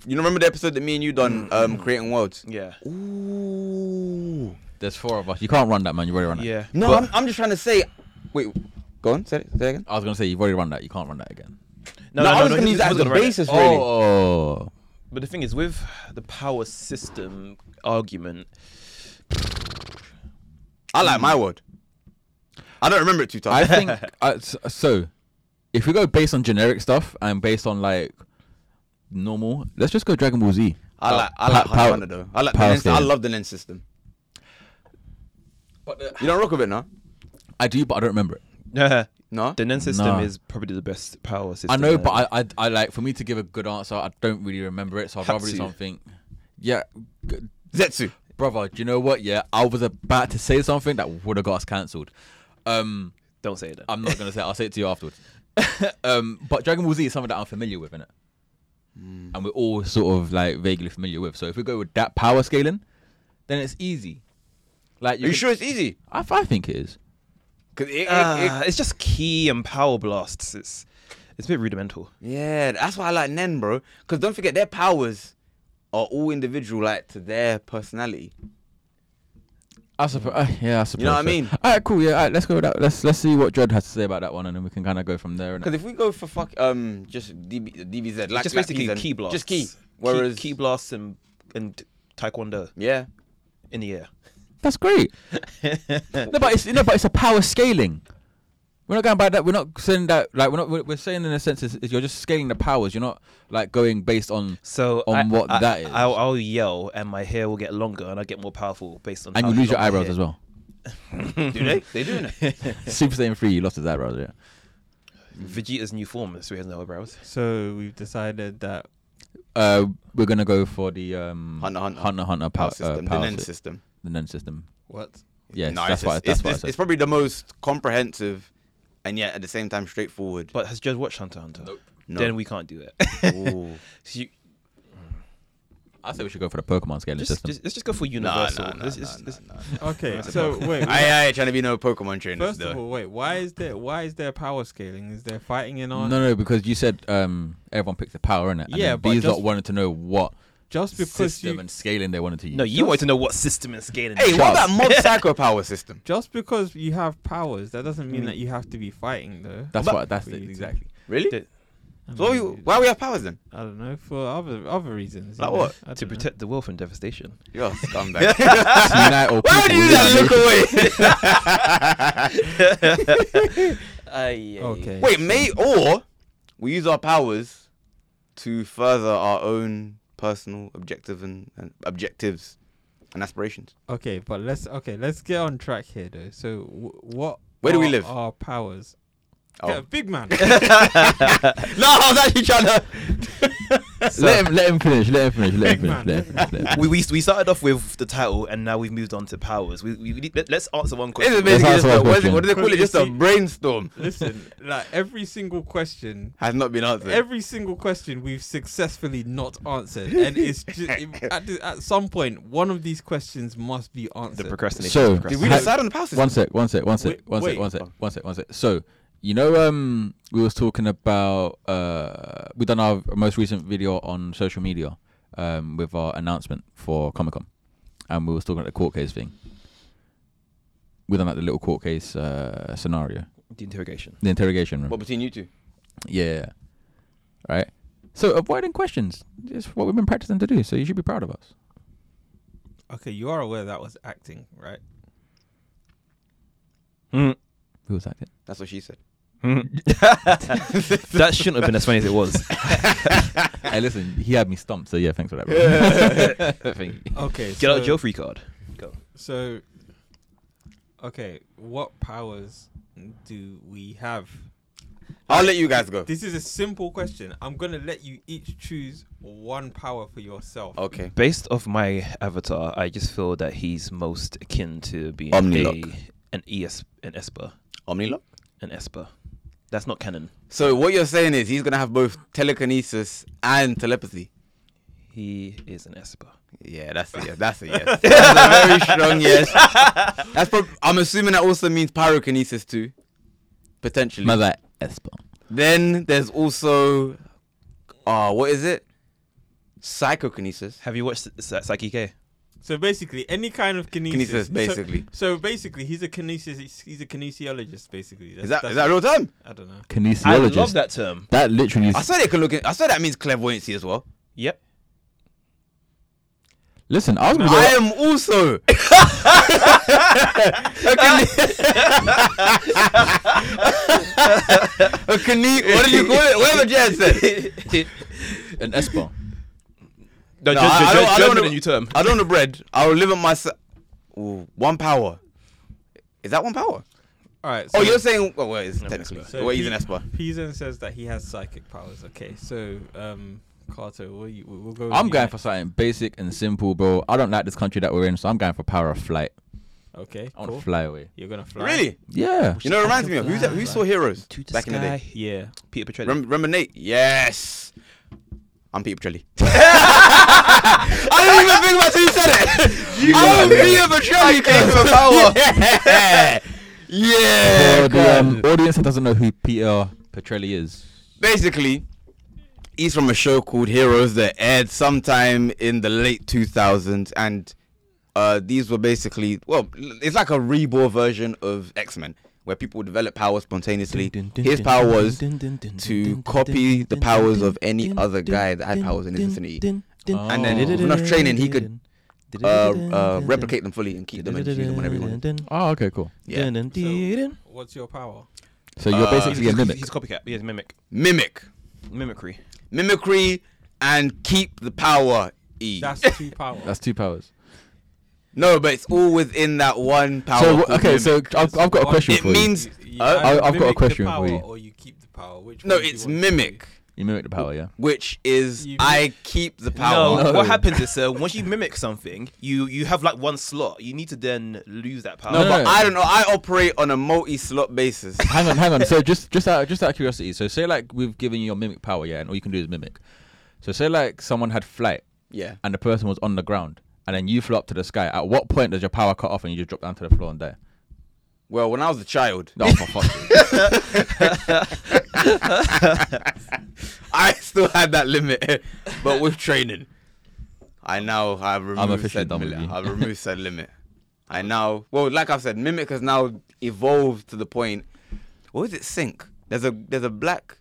Speaker 2: you remember the episode that me and you done um creating worlds.
Speaker 4: Yeah.
Speaker 2: Ooh.
Speaker 3: There's four of us. You can't run that, man. You've already run it.
Speaker 4: Yeah.
Speaker 2: No,
Speaker 3: But-
Speaker 2: I'm, I'm just trying to say. Wait, go on. Say it, say it again.
Speaker 3: I was gonna say you've already run that. You can't run that again.
Speaker 4: No,
Speaker 2: I was
Speaker 4: no,
Speaker 2: gonna use that
Speaker 4: I
Speaker 2: as
Speaker 4: was
Speaker 2: a
Speaker 4: gonna write it.
Speaker 2: basis, really.
Speaker 3: Oh.
Speaker 4: But the thing is, with the power system argument, [laughs]
Speaker 2: I like my word. I don't remember it too
Speaker 3: I
Speaker 2: tough.
Speaker 3: think uh, s- so. If we go based on generic stuff and based on like normal, let's just go Dragon Ball Z.
Speaker 2: [laughs] I
Speaker 3: Pow-
Speaker 2: like I like
Speaker 3: pow-
Speaker 2: High
Speaker 3: pow-
Speaker 2: Runner though. I like the
Speaker 3: power
Speaker 2: lens, I
Speaker 3: scaling.
Speaker 2: love the lens system.
Speaker 3: But, uh,
Speaker 2: You don't rock with it, no?
Speaker 3: I do, but I don't remember it.
Speaker 4: the
Speaker 2: No.
Speaker 4: Nen system
Speaker 3: Nah.
Speaker 4: is probably the best power system.
Speaker 3: I know, but I, I, I like for me to give a good answer, I don't really remember it, so I'd rather do
Speaker 4: Hatsu.
Speaker 3: something. Yeah, g-
Speaker 2: Zetsu.
Speaker 3: brother, do you know what? Yeah, I was about to say something that would have got us cancelled. Um,
Speaker 4: don't say that.
Speaker 3: I'm not gonna say. it. I'll say it to you afterwards. [laughs] um, but Dragon Ball Z is something that I'm familiar with, innit?
Speaker 2: Hmm.
Speaker 3: And we're all sort of like vaguely familiar with. So if we go with that power scaling, then it's easy. Like
Speaker 2: Are you
Speaker 3: can-
Speaker 2: sure it's easy?
Speaker 3: I, I think it is.
Speaker 2: 'Cause it- it-
Speaker 4: Ah,
Speaker 2: it-
Speaker 4: it's just key and power blasts. It's it's a bit rudimental.
Speaker 2: yeah, that's why I like Nen, bro. Because don't forget, their powers are all individual, like to their personality.
Speaker 3: I suppose. Uh, yeah, I suppose.
Speaker 2: what I
Speaker 3: so.
Speaker 2: mean?
Speaker 3: All right, cool. Yeah, all right, let's go with that. Let's let's see what Dread has to say about that one, and then we can kind of go from there.
Speaker 2: Because
Speaker 3: innit?
Speaker 2: if we go for fuck, um, just DB, DBZ, like
Speaker 4: It's just
Speaker 2: like
Speaker 4: basically
Speaker 2: PZ,
Speaker 4: key blasts.
Speaker 2: just key.
Speaker 4: Key-
Speaker 2: Whereas,
Speaker 4: key, blasts and and taekwondo
Speaker 2: yeah,
Speaker 4: in the air.
Speaker 3: That's
Speaker 2: [laughs]
Speaker 3: great. no, but it's no, but it's a power scaling. We're not going by that. We're not saying that. Like we're not. We're, we're saying in a sense is, is you're just scaling the powers. You're not like going based on
Speaker 4: So
Speaker 3: On
Speaker 4: I,
Speaker 3: what
Speaker 4: I,
Speaker 3: that is.
Speaker 4: I'll, I'll yell and my hair will get longer and I get more powerful based on.
Speaker 3: and
Speaker 4: how
Speaker 3: you lose your
Speaker 4: long my
Speaker 3: eyebrows
Speaker 4: hair-
Speaker 3: as
Speaker 2: [laughs]
Speaker 3: well.
Speaker 2: do they? They doing it.
Speaker 3: Super Saiyan three, you lost his eyebrows. Yeah.
Speaker 4: Vegeta's new form is so he has no eyebrows.
Speaker 5: So we've decided that
Speaker 3: Uh, we're gonna go for the um
Speaker 2: Hunter, Hunter.
Speaker 3: Hunter Hunter pow-
Speaker 2: Power
Speaker 3: uh,
Speaker 2: system, the
Speaker 3: power
Speaker 2: Nen
Speaker 3: sy-
Speaker 2: system.
Speaker 3: the Nen system.
Speaker 5: what?
Speaker 3: Yes,
Speaker 2: No,
Speaker 3: that's
Speaker 2: it's,
Speaker 3: why.
Speaker 2: just-
Speaker 3: That's
Speaker 2: it's,
Speaker 3: why. I
Speaker 2: it's,
Speaker 3: said.
Speaker 2: it's probably the most comprehensive, and yet at the same time straightforward.
Speaker 4: But has Judge watched Hunter x Hunter?
Speaker 2: No.
Speaker 4: Then we can't do it.
Speaker 2: [laughs]
Speaker 4: [laughs]
Speaker 2: Ooh.
Speaker 4: So you-
Speaker 3: I say we should go for the Pokemon scaling
Speaker 4: just,
Speaker 3: system.
Speaker 4: just, let's just go for
Speaker 2: Nah,
Speaker 4: universal.
Speaker 2: nah, nah,
Speaker 4: Let's-
Speaker 2: nah,
Speaker 4: let's-
Speaker 2: nah,
Speaker 4: let's-
Speaker 2: nah.
Speaker 4: [laughs]
Speaker 5: Okay, so wait.
Speaker 2: I, I trying to be no Pokemon trainer.
Speaker 5: First of all, wait. Why is there why is there power scaling? Is there fighting in
Speaker 3: no,
Speaker 5: our
Speaker 3: no, because you said um everyone picked the power in it.
Speaker 5: Yeah, but
Speaker 3: these lot
Speaker 5: just-
Speaker 3: wanted to know what
Speaker 5: just because
Speaker 3: system
Speaker 5: you
Speaker 3: and scaling they wanted to use.
Speaker 4: No, you wanted to know what system and scaling.
Speaker 2: hey,
Speaker 4: is.
Speaker 2: what about Mob Psycho power system?
Speaker 5: just because you have powers that doesn't mean that you have to be fighting though.
Speaker 3: Mm. That's
Speaker 4: But-
Speaker 3: what. That's
Speaker 5: We
Speaker 3: it,
Speaker 5: do.
Speaker 3: exactly.
Speaker 2: Really?
Speaker 4: Did-
Speaker 5: I
Speaker 2: So
Speaker 5: mean,
Speaker 2: we, why we have powers then?
Speaker 5: I don't know for other other reasons. you
Speaker 2: Like
Speaker 5: know,
Speaker 2: what?
Speaker 5: I
Speaker 4: to
Speaker 5: don't know.
Speaker 4: protect the world from devastation?
Speaker 2: You're a scumbag.
Speaker 3: [laughs] Tonight or
Speaker 2: [laughs] why would
Speaker 3: people
Speaker 2: you do
Speaker 3: will [laughs]
Speaker 2: that?
Speaker 3: know.
Speaker 2: Look away.
Speaker 5: Okay.
Speaker 2: Wait, may or we use our powers to further our own personal objective and, and objectives and aspirations.
Speaker 5: Okay, but let's okay let's get on track here though. So w- what?
Speaker 2: Where do we
Speaker 5: are
Speaker 2: live?
Speaker 5: Our powers.
Speaker 2: Oh.
Speaker 5: Yeah, big
Speaker 2: [laughs]
Speaker 5: man.
Speaker 2: No, I was actually trying to.
Speaker 3: Let him. Let him finish. Let him finish. Let him
Speaker 5: Big
Speaker 3: finish.
Speaker 5: man.
Speaker 3: Let him finish.
Speaker 2: [laughs]
Speaker 3: Let him finish.
Speaker 4: we, we we started off with the title and now we've moved on to powers. We, we, we need- let, us answer one
Speaker 2: This is
Speaker 4: question.
Speaker 3: bit-
Speaker 2: basically just
Speaker 3: answer
Speaker 2: a,
Speaker 3: our
Speaker 2: what, is it,
Speaker 3: question.
Speaker 2: what do they call it? Just a
Speaker 5: Quickly.
Speaker 2: brainstorm
Speaker 5: Listen, like every single question
Speaker 2: has not been answered.
Speaker 5: every single question we've successfully not answered, and it's
Speaker 2: [laughs]
Speaker 5: just at, the- at some point one of these questions must be
Speaker 4: The
Speaker 5: answered.
Speaker 4: procrastination.
Speaker 3: So-
Speaker 4: procrastination.
Speaker 2: Did we
Speaker 3: Ha-
Speaker 2: decide on the power system?
Speaker 3: One sec. One sec. One sec.
Speaker 5: Wait,
Speaker 3: One sec.
Speaker 5: wait.
Speaker 3: One sec. One sec. One sec. So you know, um, we was talking about uh, we done our most recent video on social media, um, with our announcement for Comic Con, and we was talking about the court case thing. We done like the little court case uh scenario,
Speaker 4: the interrogation.
Speaker 3: the interrogation room.
Speaker 2: What between you two?
Speaker 3: Yeah. Right. So avoiding questions is what we've been practicing to do. So you should be proud of us.
Speaker 5: Okay, you are aware that was acting, right?
Speaker 3: Who was
Speaker 5: [laughs]
Speaker 3: acting?
Speaker 2: That's what she said.
Speaker 4: [laughs] that shouldn't have been as funny as it was.
Speaker 3: hey, listen, he had me stumped. So yeah, thanks for that. Bro. [laughs]
Speaker 5: Okay.
Speaker 4: Get out jail free card.
Speaker 5: So, okay, what powers do we have?
Speaker 2: I'll let you guys go.
Speaker 5: This is a simple question. I'm gonna let you each choose one power for yourself.
Speaker 3: Oh.
Speaker 2: Okay.
Speaker 4: Based off my avatar, I just feel that he's most akin to being
Speaker 2: Omnilock.
Speaker 4: a, an ES an Esper.
Speaker 2: Omnilock.
Speaker 4: An Esper. That's not canon.
Speaker 2: So what you're saying is he's gonna have both telekinesis and telepathy.
Speaker 4: He is an Esper.
Speaker 2: Yeah, that's a yes. That's a yes. That's a very strong yes. That's prob- I'm assuming that also means pyrokinesis too, potentially.
Speaker 3: Mother Esper.
Speaker 2: Then there's also, uh, what is it? Psychokinesis.
Speaker 4: Have you watched S- S- Psyche?
Speaker 5: So basically, any kind of kinesis.
Speaker 2: Kinesis,
Speaker 5: So-
Speaker 2: basically.
Speaker 5: So, basically, he's a kinesis. He's a kinesiologist, basically.
Speaker 2: Is
Speaker 5: That's-
Speaker 2: that is
Speaker 5: that's-
Speaker 2: that real time?
Speaker 5: I don't know.
Speaker 3: Kinesiologist.
Speaker 4: I love that term.
Speaker 3: That literally is.
Speaker 2: I said it can look. In, I said that means clairvoyancy as well.
Speaker 4: Yep.
Speaker 3: listen, I was gonna go.
Speaker 2: I am also. a kine- a kine- What did you call it? Whatever Jazz said.
Speaker 3: an Esper.
Speaker 2: No,
Speaker 4: No, Ger-
Speaker 2: I- I
Speaker 4: Ger-
Speaker 2: don't- I don't
Speaker 4: German
Speaker 2: wanna-
Speaker 4: a new term.
Speaker 2: I don't know bread. I will live on my. s- Ooh, one power. Is that one power?
Speaker 5: All right.
Speaker 2: Oh,
Speaker 5: so-
Speaker 2: you're saying. Well, well it's technically.
Speaker 5: So
Speaker 2: well, he's
Speaker 5: P-
Speaker 2: an Esper.
Speaker 5: Pizen says that he has psychic powers. Okay, so um, Carter, we'll, you, we'll go. with
Speaker 3: I'm
Speaker 5: you
Speaker 3: going for
Speaker 5: next.
Speaker 3: something basic and simple, bro. I don't like this country that we're in, so I'm going for power of flight.
Speaker 5: Okay,
Speaker 3: I want
Speaker 5: cool.
Speaker 3: to fly away.
Speaker 5: You're gonna fly.
Speaker 2: Really?
Speaker 3: Yeah.
Speaker 2: You know, it reminds me of who's that, who saw Heroes
Speaker 4: To the
Speaker 2: back in the day.
Speaker 4: sky.
Speaker 5: Yeah.
Speaker 4: Peter Petrelli.
Speaker 2: Remember, remember Nate? Yes. I'm Peter Petrelli. [laughs] I didn't even think about who said it. You I'm Peter Petrelli. Came from power. [laughs] Yeah. Yeah.
Speaker 3: For the
Speaker 2: God.
Speaker 3: um, audience that doesn't know who Peter Petrelli is,
Speaker 2: Basically, he's from a show called Heroes that aired sometime in the late 2000s, and uh, these were basically well, it's like a reborn version of X Men, where people develop powers spontaneously. His power was to copy the powers of any other guy that had powers in his vicinity, and then
Speaker 3: Oh.
Speaker 2: with enough training, he could uh, uh, replicate them fully and keep them and just use them whenever he wanted.
Speaker 3: Oh, okay, cool.
Speaker 2: Yeah,
Speaker 5: So, what's your power?
Speaker 3: So you're
Speaker 2: Uh,
Speaker 3: basically a mimic.
Speaker 4: He's a copycat. Yeah, he's a mimic.
Speaker 2: mimic,
Speaker 4: Mimicry.
Speaker 2: mimicry, and keep the power. E.
Speaker 5: That's
Speaker 3: [laughs]
Speaker 5: two powers.
Speaker 3: That's two powers.
Speaker 2: No, but it's all within that one power.
Speaker 3: so
Speaker 2: called
Speaker 3: wh- okay,
Speaker 2: mimic.
Speaker 3: so I've, I've got a
Speaker 5: It
Speaker 3: question
Speaker 2: it
Speaker 3: for you.
Speaker 2: means
Speaker 5: You- you
Speaker 2: uh,
Speaker 5: either
Speaker 3: I- I've got a
Speaker 5: mimic the
Speaker 3: question for
Speaker 5: power
Speaker 3: you.
Speaker 5: Or you keep the power. Which
Speaker 2: no,
Speaker 5: one do you
Speaker 2: it's
Speaker 5: want to
Speaker 2: mimic,
Speaker 3: You mimic the power, yeah.
Speaker 2: which is
Speaker 5: You-
Speaker 2: I keep the power.
Speaker 4: No,
Speaker 3: No.
Speaker 4: what happens is uh, once you mimic something, you you have like one slot. You need to then lose that power.
Speaker 2: No,
Speaker 3: No,
Speaker 2: but
Speaker 3: no, no.
Speaker 2: I don't know. I operate on a multi-slot
Speaker 3: [laughs]
Speaker 2: basis.
Speaker 3: hang on, hang on. So just just out just out of curiosity, so say like we've given you your mimic power, yeah, and all you can do is mimic. So say like someone had flight
Speaker 2: yeah.
Speaker 3: and the person was on the ground and then you flew up to the sky. At what point does your power cut off and you just drop down to the floor and die?
Speaker 2: Well, when I was a child,
Speaker 3: No, for fuck's
Speaker 5: [laughs]
Speaker 3: sake.
Speaker 2: I still had that limit, [laughs] but with training, I now have removed
Speaker 3: officially
Speaker 2: said
Speaker 3: done with
Speaker 2: limit.
Speaker 3: you. [laughs]
Speaker 2: I've removed said limit. I now, well, like I've said, mimic has now evolved to the point. What is it? Sync. There's a there's a black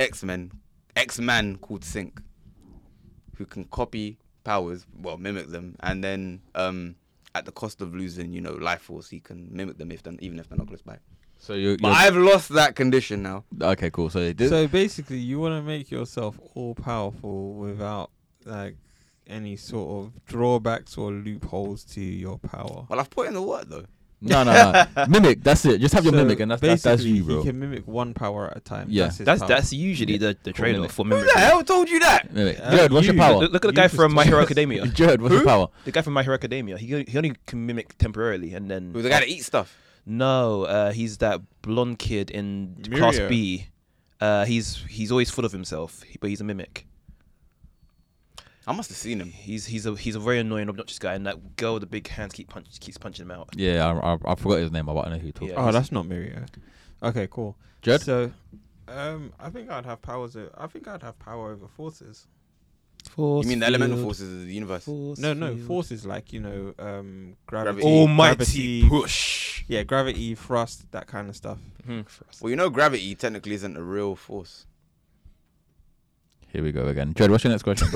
Speaker 2: X Men X Man called Sync, who can copy powers, well, mimic them, and then um, at the cost of losing, you know, life force, he can mimic them if they're, even if they're not close by.
Speaker 3: [laughs] So you
Speaker 2: But I've lost that condition now.
Speaker 3: Okay, cool. So, it did,
Speaker 5: use? So basically, you want to make yourself all powerful without like any sort of drawbacks or loopholes to your power.
Speaker 2: Well, I've put in the work though.
Speaker 3: no, no,
Speaker 5: [laughs]
Speaker 3: no. mimic, that's it. Just have your
Speaker 5: So
Speaker 3: mimic and that's that's, that's
Speaker 5: basically,
Speaker 3: you, bro.
Speaker 5: He can mimic one power at a time.
Speaker 3: Yeah.
Speaker 5: that's his
Speaker 4: That's
Speaker 5: power.
Speaker 4: that's usually the, the training
Speaker 3: mimic.
Speaker 4: for
Speaker 2: Who the
Speaker 4: mimicry.
Speaker 2: hell told you that?
Speaker 3: Mimic.
Speaker 5: Uh,
Speaker 3: Jared, what's your
Speaker 5: you-
Speaker 3: power?
Speaker 4: Look, look at the
Speaker 5: You
Speaker 4: guy
Speaker 5: just
Speaker 4: from My Hero
Speaker 5: told us.
Speaker 4: Academia.
Speaker 3: [laughs] Jared, what's your power?
Speaker 4: The guy from My Hero Academia. He only- he only can mimic temporarily, and then
Speaker 2: It was the guy that eats stuff.
Speaker 4: no, uh, he's that blonde kid in Class
Speaker 5: Mirio.
Speaker 4: B. Uh, he's he's always full of himself, but he's a mimic.
Speaker 2: I must have seen him.
Speaker 4: He's he's a he's a very annoying, obnoxious guy, and that girl with the big hands keep punch, keeps punching him out.
Speaker 3: Yeah, I, I, I forgot his name. I don't know who talked.
Speaker 4: Yeah.
Speaker 5: Oh,
Speaker 4: he's-
Speaker 5: that's not Mirio. Okay, cool.
Speaker 3: Jared?
Speaker 5: So, um, I think I'd have powers. o- I think I'd have power over forces.
Speaker 2: You mean the elemental forces of the universe?
Speaker 5: No, no, forces like you know, um, gravity,
Speaker 2: Gravity.
Speaker 4: Almighty
Speaker 5: gravity,
Speaker 4: push.
Speaker 5: yeah, gravity, thrust, that kind of stuff.
Speaker 3: [laughs]
Speaker 2: Well, you know, gravity technically isn't a real force.
Speaker 3: Here we go again. Jared, what's your next question,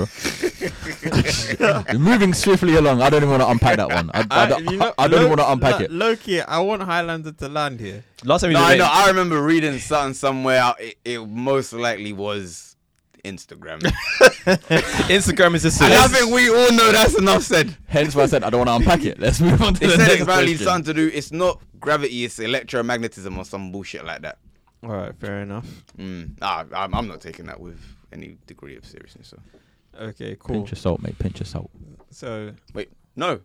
Speaker 5: [laughs]
Speaker 3: bro? You're moving swiftly along. I don't even want to unpack that one. I, [laughs] I
Speaker 5: Uh,
Speaker 3: don't,
Speaker 5: you know-
Speaker 3: I don't
Speaker 5: Lo-
Speaker 3: want to unpack
Speaker 5: Lo-
Speaker 3: it.
Speaker 5: Loki, I want Highlander to land here.
Speaker 4: Last time
Speaker 2: [laughs]
Speaker 4: we
Speaker 2: No,
Speaker 4: did
Speaker 2: I
Speaker 4: it,
Speaker 2: know. I remember reading something somewhere. It, it most likely was
Speaker 3: [laughs]
Speaker 2: Instagram.
Speaker 4: Instagram is a
Speaker 2: and I
Speaker 4: sin.
Speaker 2: think we all know that's enough said.
Speaker 3: Hence why I said I don't want
Speaker 5: [laughs]
Speaker 3: to unpack it. Let's move on to [laughs]
Speaker 2: It
Speaker 3: the
Speaker 2: said
Speaker 3: next
Speaker 2: it's apparently
Speaker 3: question.
Speaker 2: something to do. It's not gravity. It's electromagnetism or some bullshit like that.
Speaker 5: All right, fair enough.
Speaker 2: Mm. Nah, I'm, I'm not taking that with any degree of seriousness. So.
Speaker 5: Okay, cool.
Speaker 3: Pinch of salt, mate. Pinch of salt.
Speaker 5: So,
Speaker 2: No,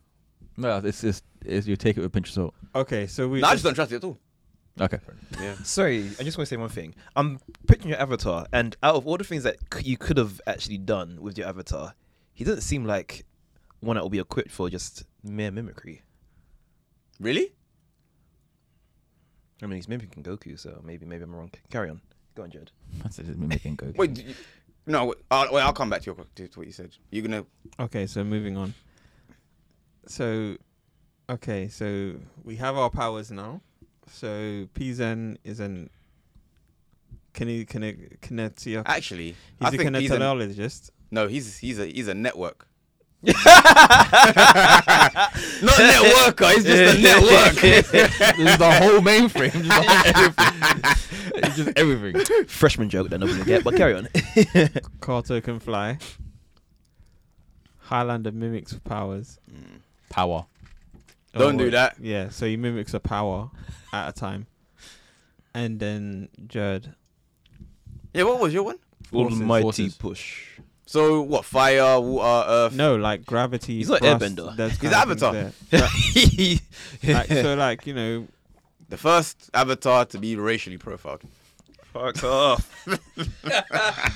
Speaker 3: No, it's it's, it's you take it with a pinch of salt.
Speaker 5: okay, so we.
Speaker 2: no, I just don't trust it at all.
Speaker 3: Okay.
Speaker 4: Sorry, I just want to say one thing. I'm picturing your avatar, and out of all the things that c- you could have actually done with your avatar, he doesn't seem like one that will be equipped for just mere mimicry.
Speaker 2: Really?
Speaker 4: I mean, he's mimicking Goku, so maybe maybe I'm wrong. Carry on. Go on, Jed.
Speaker 3: That's it. Me making go.
Speaker 2: Wait, d- you, no. Wait, uh, wait, I'll come back to your to to what you said. You're gonna.
Speaker 5: Okay, so moving on. So, okay, so we have our powers now. So Pizen is an kine, kine, kinesia,
Speaker 2: Actually,
Speaker 5: he's
Speaker 2: I
Speaker 5: a
Speaker 2: think he's a,
Speaker 5: kinesiologist.
Speaker 2: no. He's he's a he's a network. [laughs] Not a networker.
Speaker 3: [laughs]
Speaker 2: He's just [laughs] a network.
Speaker 3: this is the whole mainframe. Just the
Speaker 2: [laughs]
Speaker 3: whole- it's just everything.
Speaker 4: Freshman joke that nobody's gonna get, but carry on.
Speaker 5: Carto can fly. Highlander mimics powers.
Speaker 2: Mm.
Speaker 3: Power.
Speaker 2: Don't do
Speaker 5: wait.
Speaker 2: that.
Speaker 5: Yeah, so he mimics a power at a time. And then Jerd.
Speaker 2: Yeah. What was your one?
Speaker 5: Forces,
Speaker 4: Almighty
Speaker 3: forces.
Speaker 4: [laughs] push.
Speaker 2: So what? Fire, water, earth.
Speaker 5: No, like gravity.
Speaker 4: He's not
Speaker 5: thrust,
Speaker 4: Airbender.
Speaker 5: those
Speaker 2: He's
Speaker 5: kind of things
Speaker 2: Avatar.
Speaker 5: there. Like,
Speaker 4: Fuck
Speaker 5: so, like, you know,
Speaker 2: The first avatar to be racially [laughs] profiled.
Speaker 4: off.
Speaker 2: Imagine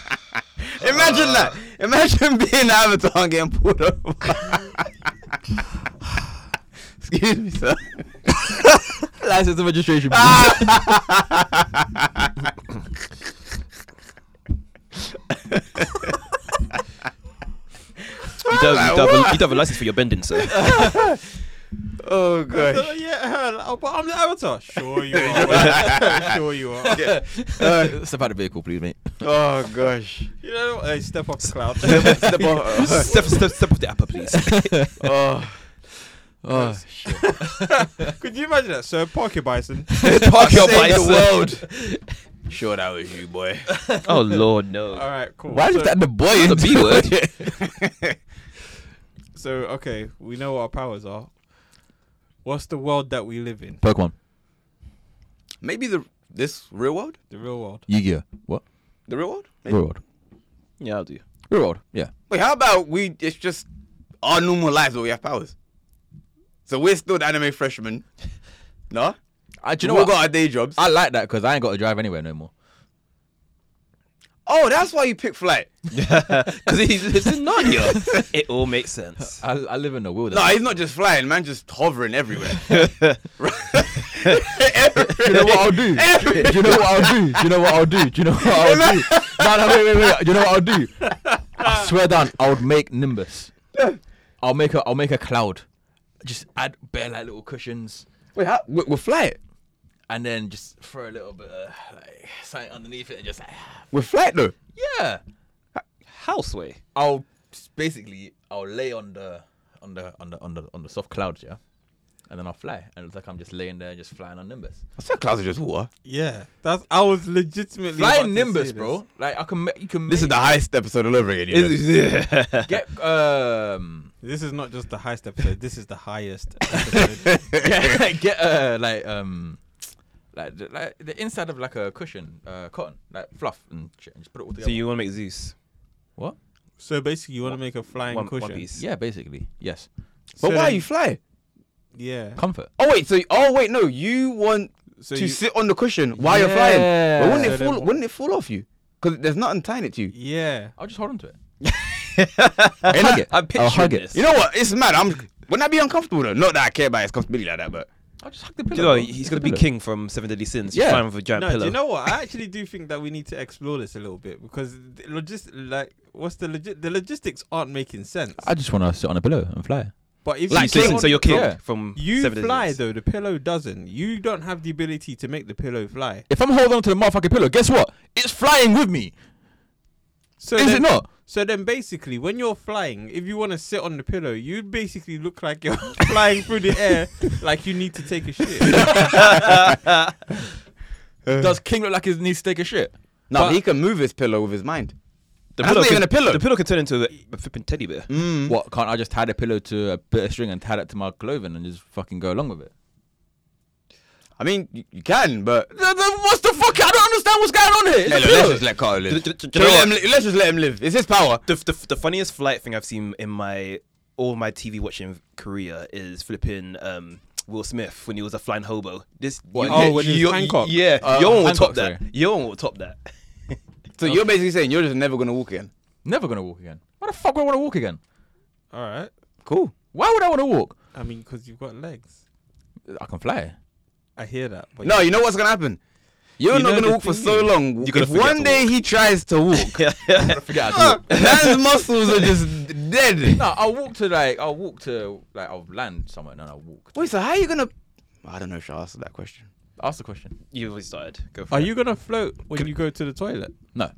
Speaker 2: [laughs] that.
Speaker 3: [laughs]
Speaker 2: Imagine being an avatar and getting pulled over. Excuse me, [laughs] sir.
Speaker 3: License and registration.
Speaker 2: Ah.
Speaker 3: [laughs]
Speaker 4: You don't, you, don't have a, you don't have a license for your bending, sir.
Speaker 2: Oh
Speaker 5: So,
Speaker 2: gosh.
Speaker 5: yeah, uh, but I'm the Avatar. Sure you are. [laughs] sure you are.
Speaker 3: [laughs]
Speaker 2: Uh,
Speaker 3: Step out of the vehicle, please,
Speaker 2: [laughs]
Speaker 3: mate.
Speaker 2: Oh [laughs] gosh.
Speaker 5: You know, uh, step off the cloud.
Speaker 2: [laughs] Step uh, off.
Speaker 4: [laughs] step, step, step off the upper, please.
Speaker 2: Oh.
Speaker 3: Oh,
Speaker 5: Could you imagine that, sir? Park your bison.
Speaker 4: Park your
Speaker 2: Save the
Speaker 4: bison.
Speaker 2: [laughs] world. Sure, that was you, boy.
Speaker 4: Oh Lord, no.
Speaker 5: All right, cool.
Speaker 3: why
Speaker 5: so,
Speaker 3: is that the boy?
Speaker 4: It's a B word.
Speaker 5: [laughs] So, okay, we know what our powers are. What's the world that we live
Speaker 3: [laughs]
Speaker 5: in?
Speaker 3: Pokemon.
Speaker 2: Maybe the this real world.
Speaker 5: The real world.
Speaker 3: Yu-Gi-Oh. What?
Speaker 2: The real world. Maybe.
Speaker 3: Real world.
Speaker 4: Yeah, I'll do. [laughs]
Speaker 3: Real world. Yeah.
Speaker 2: Wait, how about we? It's just our normal lives where we have powers. So we're still the anime freshmen. No.
Speaker 3: I, do
Speaker 2: Uh, You
Speaker 3: you know
Speaker 2: know we all
Speaker 3: what?
Speaker 2: got our day jobs.
Speaker 3: I like that because I ain't got to drive anywhere no more.
Speaker 2: oh, that's why you picked flight.
Speaker 4: Because he lives in [laughs] Narnia. it all makes sense.
Speaker 3: I, I live in the
Speaker 2: [laughs] No,
Speaker 3: wilderness.
Speaker 2: he's not just flying, man. Just hovering everywhere. [laughs] Every-
Speaker 3: do [laughs] you know what I'll
Speaker 2: [laughs]
Speaker 3: do? do [laughs] you know what I'll do? Do you know what I'll do? Do you know what I'll
Speaker 2: [laughs]
Speaker 3: do? No, no, wait, wait, wait. Do you know what I'll do? I swear down, I would make Nimbus. I'll make a, I'll make a cloud. Just add bare like little cushions,
Speaker 2: Wait, how, we, we'll fly it.
Speaker 3: and then just throw a little bit of like something underneath it, and just ah. like,
Speaker 2: We'll fly it though.
Speaker 3: yeah.
Speaker 4: Houseway.
Speaker 3: I'll s- basically I'll lay on the on the on the on the on the soft clouds, yeah, and then I'll fly, and it's like I'm just laying there, just flying on Nimbus.
Speaker 2: I said clouds are just water.
Speaker 5: Yeah, that's. I was legitimately about to
Speaker 3: Flying Nimbus,
Speaker 5: say this.
Speaker 3: bro. Like I can, ma- you can.
Speaker 2: This is the highest episode all over again. You know?
Speaker 3: make- get um [laughs]
Speaker 5: This is not just the highest episode. This is the highest. episode.
Speaker 3: get, get uh like um like the, like the inside of like a cushion, uh cotton, like fluff and shit, and just put it all together.
Speaker 4: So you want to make Zeus?
Speaker 3: what?
Speaker 5: so basically, you want to make a flying
Speaker 4: One,
Speaker 5: cushion.
Speaker 4: one piece.
Speaker 3: Yeah, basically, yes.
Speaker 2: but
Speaker 5: So
Speaker 2: why
Speaker 5: then-
Speaker 2: you fly?
Speaker 5: Yeah.
Speaker 3: Comfort.
Speaker 2: Oh wait, so oh wait, no, you want
Speaker 5: So
Speaker 2: to
Speaker 5: you,
Speaker 2: sit on the cushion while you're flying. But wouldn't
Speaker 5: Yeah.
Speaker 2: it fall? Wouldn't it fall off you? Because there's nothing tying it to
Speaker 5: [laughs]
Speaker 2: you.
Speaker 5: yeah.
Speaker 3: I'll just hold on to it.
Speaker 2: And
Speaker 3: [laughs]
Speaker 2: I get-
Speaker 4: I'm picturing
Speaker 3: hug it.
Speaker 4: this.
Speaker 2: You know what? It's mad. I'm. Wouldn't that be uncomfortable though? Not that I care about his comfortability like that, but
Speaker 3: I'll just hug the
Speaker 4: Do
Speaker 3: pillow.
Speaker 4: you know,
Speaker 3: bro.
Speaker 4: he's
Speaker 3: It's
Speaker 4: gonna
Speaker 3: the
Speaker 4: be
Speaker 3: pillow.
Speaker 4: king from Seven Deadly Sins. He's
Speaker 3: Yeah.
Speaker 4: flying with a giant
Speaker 5: No,
Speaker 4: pillow.
Speaker 5: do you know what? I actually do think that we need to explore this a little bit because the logis- like what's the logi- the logistics aren't making sense.
Speaker 3: I just want to sit on a pillow and fly.
Speaker 5: but if
Speaker 4: So you-
Speaker 2: Like
Speaker 5: you, sit
Speaker 4: so,
Speaker 2: king,
Speaker 5: on
Speaker 4: so you're
Speaker 5: the
Speaker 4: king
Speaker 5: pillow-
Speaker 3: Yeah.
Speaker 4: from
Speaker 5: you
Speaker 4: Seven
Speaker 5: fly
Speaker 4: Deadly Sins.
Speaker 5: though. The pillow doesn't. You don't have the ability to make the pillow fly.
Speaker 3: [laughs] If I'm holding on to the motherfucking pillow, guess what? It's flying with me.
Speaker 5: So
Speaker 3: Is
Speaker 5: then,
Speaker 3: it not?
Speaker 5: So then, basically, when you're flying, if you want to sit on the pillow, you basically look like you're [laughs] flying through the air, like you need to take a
Speaker 4: [laughs]
Speaker 5: shit.
Speaker 3: Does King look like he needs to take a shit?
Speaker 2: No,
Speaker 3: But-
Speaker 2: he can move his pillow with his mind.
Speaker 4: The
Speaker 2: That's not
Speaker 4: could-
Speaker 2: even a pillow.
Speaker 4: The pillow could turn into a, a flipping teddy bear.
Speaker 2: Mm.
Speaker 3: What can't I just tie the pillow to a bit of string and tie that to my clothing and just fucking go along with it?
Speaker 2: I mean, you, you can, but
Speaker 3: What's the fuck? I don't understand what's going on here.
Speaker 2: Hey, look, let's just let Carl live.
Speaker 4: Do- do- do
Speaker 2: Can
Speaker 4: you
Speaker 2: we
Speaker 4: know
Speaker 2: let
Speaker 4: what?
Speaker 2: him li- let's just let him live. It's his power.
Speaker 4: The, the, the funniest flight thing I've seen in my all my TV watching career is flipping um, Will Smith when he was a flying hobo. This
Speaker 5: What, oh, when he was
Speaker 4: you-
Speaker 5: Hancock?
Speaker 4: Yeah,
Speaker 3: Uh,
Speaker 4: your one will
Speaker 3: Hancock,
Speaker 4: top that.
Speaker 3: sorry.
Speaker 4: Your one will top that.
Speaker 2: So you're basically saying you're just never gonna walk again.
Speaker 3: Never gonna walk again. Why the fuck would I want to walk again?
Speaker 5: All right.
Speaker 2: Cool.
Speaker 3: Why would I want to walk?
Speaker 5: I mean, because you've got legs.
Speaker 3: I can fly.
Speaker 5: I hear that. But
Speaker 2: No, you know what's gonna happen. You're
Speaker 5: You
Speaker 2: not
Speaker 5: know
Speaker 2: gonna
Speaker 5: the
Speaker 2: walk for
Speaker 5: thing
Speaker 2: so
Speaker 5: is-
Speaker 2: long.
Speaker 4: You're gonna
Speaker 2: if
Speaker 4: forget
Speaker 2: one
Speaker 4: to
Speaker 2: day he tries
Speaker 5: [laughs]
Speaker 2: to walk,
Speaker 3: Forget I can walk.
Speaker 2: man's muscles are just dead.
Speaker 3: No, I'll walk to like I'll walk to like I'll land somewhere and then I'll walk.
Speaker 2: Wait, so how are you gonna? I don't know. Should I answer that question?
Speaker 3: Ask the question.
Speaker 4: You've always started. Go for
Speaker 5: Are
Speaker 4: it.
Speaker 5: you gonna float when you go to the toilet?
Speaker 3: No.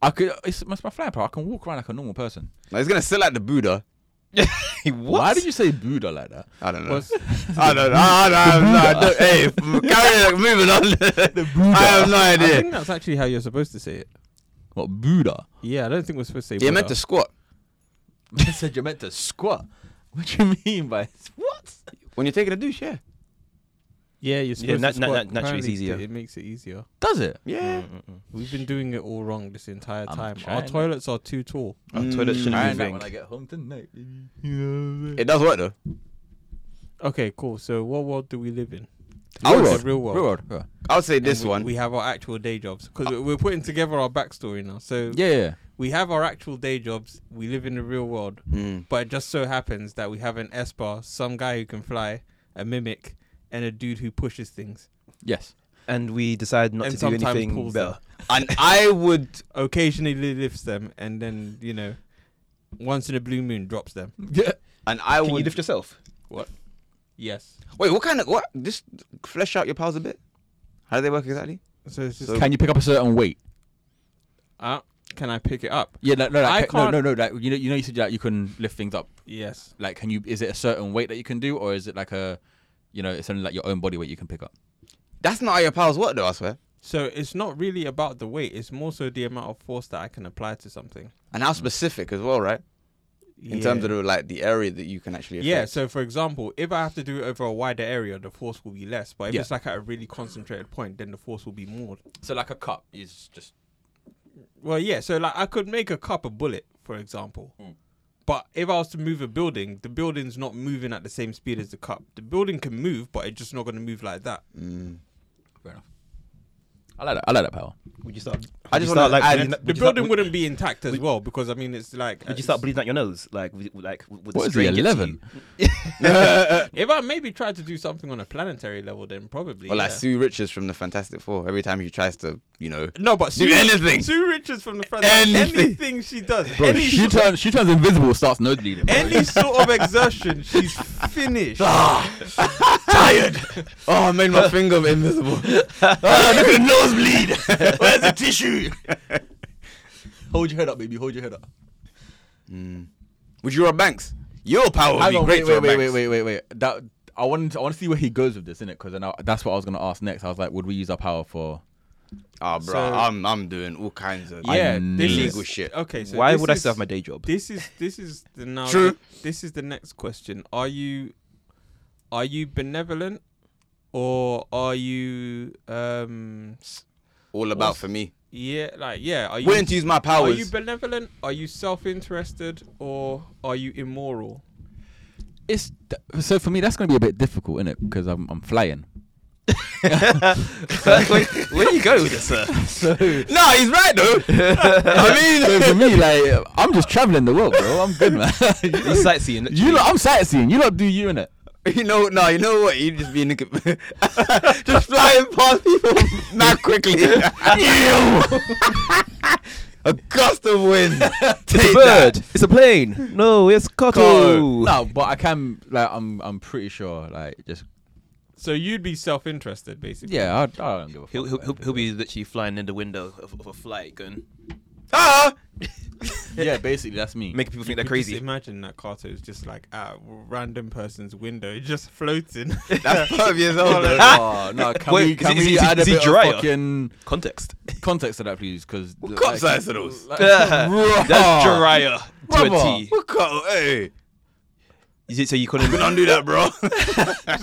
Speaker 3: I could it's, it's my flying power. I can walk around like a normal person.
Speaker 2: No, he's gonna sit like the
Speaker 5: [laughs]
Speaker 2: Buddha.
Speaker 4: what?
Speaker 3: Why did you say Buddha like that?
Speaker 2: I don't know. [laughs]
Speaker 5: What's-
Speaker 2: I don't know. I don't know. I don't- Hey, carry on, moving on. [laughs] I have no
Speaker 5: I
Speaker 2: idea.
Speaker 5: think that's actually how you're supposed to say it.
Speaker 3: What Buddha?
Speaker 5: Yeah, I don't think we're supposed to say.
Speaker 2: You're meant to
Speaker 5: Buddha.
Speaker 2: squat.
Speaker 3: [laughs] I said you're meant to squat. What do you mean by what?
Speaker 2: When you're taking a douche, yeah.
Speaker 5: Yeah, you're supposed
Speaker 4: nat-
Speaker 5: to.
Speaker 4: nat-
Speaker 5: squat.
Speaker 4: nat- naturally it's
Speaker 5: Apparently
Speaker 4: easier.
Speaker 5: It makes it easier.
Speaker 3: Does it?
Speaker 2: Yeah.
Speaker 5: We've been doing it all wrong this entire
Speaker 3: I'm
Speaker 5: time. Our
Speaker 3: trying.
Speaker 5: toilets are too tall.
Speaker 4: Our Oh,
Speaker 2: Mm.
Speaker 4: toilet shouldn't
Speaker 3: Try
Speaker 4: be
Speaker 3: and that when I
Speaker 4: big.
Speaker 3: get home tonight. baby.
Speaker 2: It does work though.
Speaker 5: Okay, cool. So, what world do we live in?
Speaker 2: Our
Speaker 5: You said
Speaker 2: world.
Speaker 5: Real world.
Speaker 3: Real world, yeah.
Speaker 2: I would say
Speaker 5: And
Speaker 2: this
Speaker 5: we,
Speaker 2: one.
Speaker 5: We have our actual day jobs because we're putting together our backstory now. So
Speaker 3: Yeah, yeah.
Speaker 5: we have our actual day jobs. We live in the real world,
Speaker 2: Mm.
Speaker 5: but it just so happens that we have an S bar, some guy who can fly, a mimic, and a dude who pushes things.
Speaker 3: Yes.
Speaker 4: And we decide not
Speaker 5: And
Speaker 4: to do
Speaker 5: sometimes
Speaker 4: anything
Speaker 5: pulls
Speaker 4: better.
Speaker 2: And I would.
Speaker 5: Occasionally lifts them, and then you know, once in a blue moon drops them.
Speaker 3: Yeah.
Speaker 2: And I
Speaker 4: Can you
Speaker 2: would.
Speaker 4: lift yourself?
Speaker 5: Yes.
Speaker 2: Wait, what kind of what? Just flesh out your powers a bit. How do they work exactly?
Speaker 5: So it's just
Speaker 2: So-
Speaker 3: Can you pick up a certain weight?
Speaker 5: uh, can I pick it up?
Speaker 3: Yeah, like, no,
Speaker 5: I
Speaker 3: like, ca- no,
Speaker 5: can't-
Speaker 3: no, no. Like, you know, you know, you said like you can lift things up.
Speaker 5: Yes.
Speaker 3: Like, can you? Is it a certain weight that you can do, or is it like a, you know, it's only like your own body weight you can pick up?
Speaker 2: That's not how your powers work, though. I swear.
Speaker 5: So it's not really about the weight; it's more so the amount of force that I can apply to something.
Speaker 2: And how specific as well, right? In terms of the, like the area that you can actually.
Speaker 5: Yeah,
Speaker 2: affect.
Speaker 5: so for example, if I have to do it over a wider area, the force will be less. But if
Speaker 3: Yeah.
Speaker 5: it's like at a really concentrated point, then the force will be more.
Speaker 3: So like a cup is just
Speaker 5: Well, yeah, so like I could make a cup a bullet, for example.
Speaker 3: Mm.
Speaker 5: But if I was to move a building, the building's not moving at the same speed as the cup. The building can move, but it's just not going to move like that.
Speaker 2: Mm.
Speaker 3: fair enough. I like that. I like that power.
Speaker 4: Would you start?
Speaker 2: I
Speaker 4: would
Speaker 2: just wanna
Speaker 4: you start, like,
Speaker 2: add-
Speaker 4: bleeding-
Speaker 5: the
Speaker 4: would you start-
Speaker 5: building
Speaker 4: would-
Speaker 5: wouldn't be intact as well because I mean it's like uh,
Speaker 4: Would you start bleeding out your nose? Like, would, would- like, would
Speaker 3: What
Speaker 4: the
Speaker 3: is he?
Speaker 4: strain get to
Speaker 3: Eleven.
Speaker 4: you?
Speaker 5: If I maybe tried to do something on a planetary level, then probably.
Speaker 2: Or like
Speaker 5: yeah.
Speaker 2: Sue Richards from the Fantastic Four. Every time he tries to, you know,
Speaker 5: no, but Sue,
Speaker 2: do anything.
Speaker 5: Sue Richards from the front.
Speaker 2: Anything.
Speaker 5: Anything she does,
Speaker 3: Bro,
Speaker 5: any
Speaker 3: she turns she turns invisible, starts nosebleeding.
Speaker 5: any sort of exertion, she's
Speaker 4: [laughs]
Speaker 5: finished.
Speaker 4: Ah,
Speaker 2: tired. oh, I made my finger invisible. [laughs] oh, look at the nosebleed. [laughs] Where's the tissue?
Speaker 3: hold your head up, baby. Hold your head up.
Speaker 2: Mm. Would you rob banks? Your power would
Speaker 3: Hang
Speaker 2: be
Speaker 3: on, wait,
Speaker 2: great to
Speaker 3: wait,
Speaker 2: rob
Speaker 3: wait, wait,
Speaker 2: banks.
Speaker 3: wait, wait, wait. That I want I want to see where he goes with this, innit? Because then I, that's what I was gonna ask next. I was like, would we use our power for?
Speaker 2: Oh, bro,
Speaker 5: So-
Speaker 2: I'm I'm doing all kinds of
Speaker 5: yeah, this
Speaker 3: knew.
Speaker 2: illegal
Speaker 5: is,
Speaker 2: shit.
Speaker 5: Okay, so
Speaker 4: Why
Speaker 5: this
Speaker 4: would I
Speaker 5: is-
Speaker 4: still have my day job?
Speaker 5: [laughs] This is this is the now.
Speaker 2: True.
Speaker 5: This is the next question. Are you are you benevolent or are you um s-
Speaker 2: All about
Speaker 5: What's-
Speaker 2: for me.
Speaker 5: yeah like yeah are you
Speaker 2: Willing to use my
Speaker 5: are
Speaker 2: powers.
Speaker 5: you benevolent? Are you self-interested or are you immoral?
Speaker 3: It's th- so for me that's gonna be a bit difficult, innit? Because I'm I'm flying.
Speaker 4: where, where you go with this, [laughs] sir?
Speaker 3: [laughs] So
Speaker 2: no, he's right though. [laughs]
Speaker 3: [laughs] so
Speaker 2: I
Speaker 3: for
Speaker 2: mean,
Speaker 3: me, like I'm just traveling the world, bro. I'm good, man.
Speaker 4: He's sightseeing.
Speaker 3: [laughs] you lot, I'm sightseeing. You lot do you innit?
Speaker 2: you know, no, you know what? You just be in the [laughs] just flying past people [laughs] not quickly. [laughs] A gust of [laughs] wind. Take that.
Speaker 4: [laughs] It's a plane. No, it's
Speaker 2: Cockle.
Speaker 3: No, but I can. Like I'm I'm pretty sure. Like just
Speaker 5: So you'd be self-interested basically.
Speaker 3: yeah, I, I don't give a fuck.
Speaker 4: He'll, he'll,
Speaker 3: about
Speaker 4: he'll,
Speaker 3: anything.
Speaker 4: he'll be literally flying in the window of, of a flight going.
Speaker 2: Ah,
Speaker 3: yeah, basically that's
Speaker 4: [laughs]
Speaker 3: me.
Speaker 4: Making people think
Speaker 5: You
Speaker 4: they're
Speaker 5: could just
Speaker 4: crazy.
Speaker 5: imagine that Carter is just like at a random person's window, just floating. [laughs]
Speaker 2: That's twelve years old. though.
Speaker 3: oh, no, can
Speaker 4: Wait,
Speaker 3: we, can
Speaker 4: is it-
Speaker 3: we
Speaker 4: is it-
Speaker 3: add a
Speaker 4: is it
Speaker 3: bit
Speaker 4: drier?
Speaker 3: of fucking
Speaker 4: Context. [laughs]
Speaker 3: context to that, please? Because
Speaker 2: What
Speaker 3: [laughs]
Speaker 2: cup [laughs] size are those?
Speaker 4: That's Jiraiya to a
Speaker 3: Brother.
Speaker 4: T.
Speaker 2: What cut? Hey,
Speaker 4: Is it so you couldn't?
Speaker 2: we don't do that, bro.
Speaker 5: just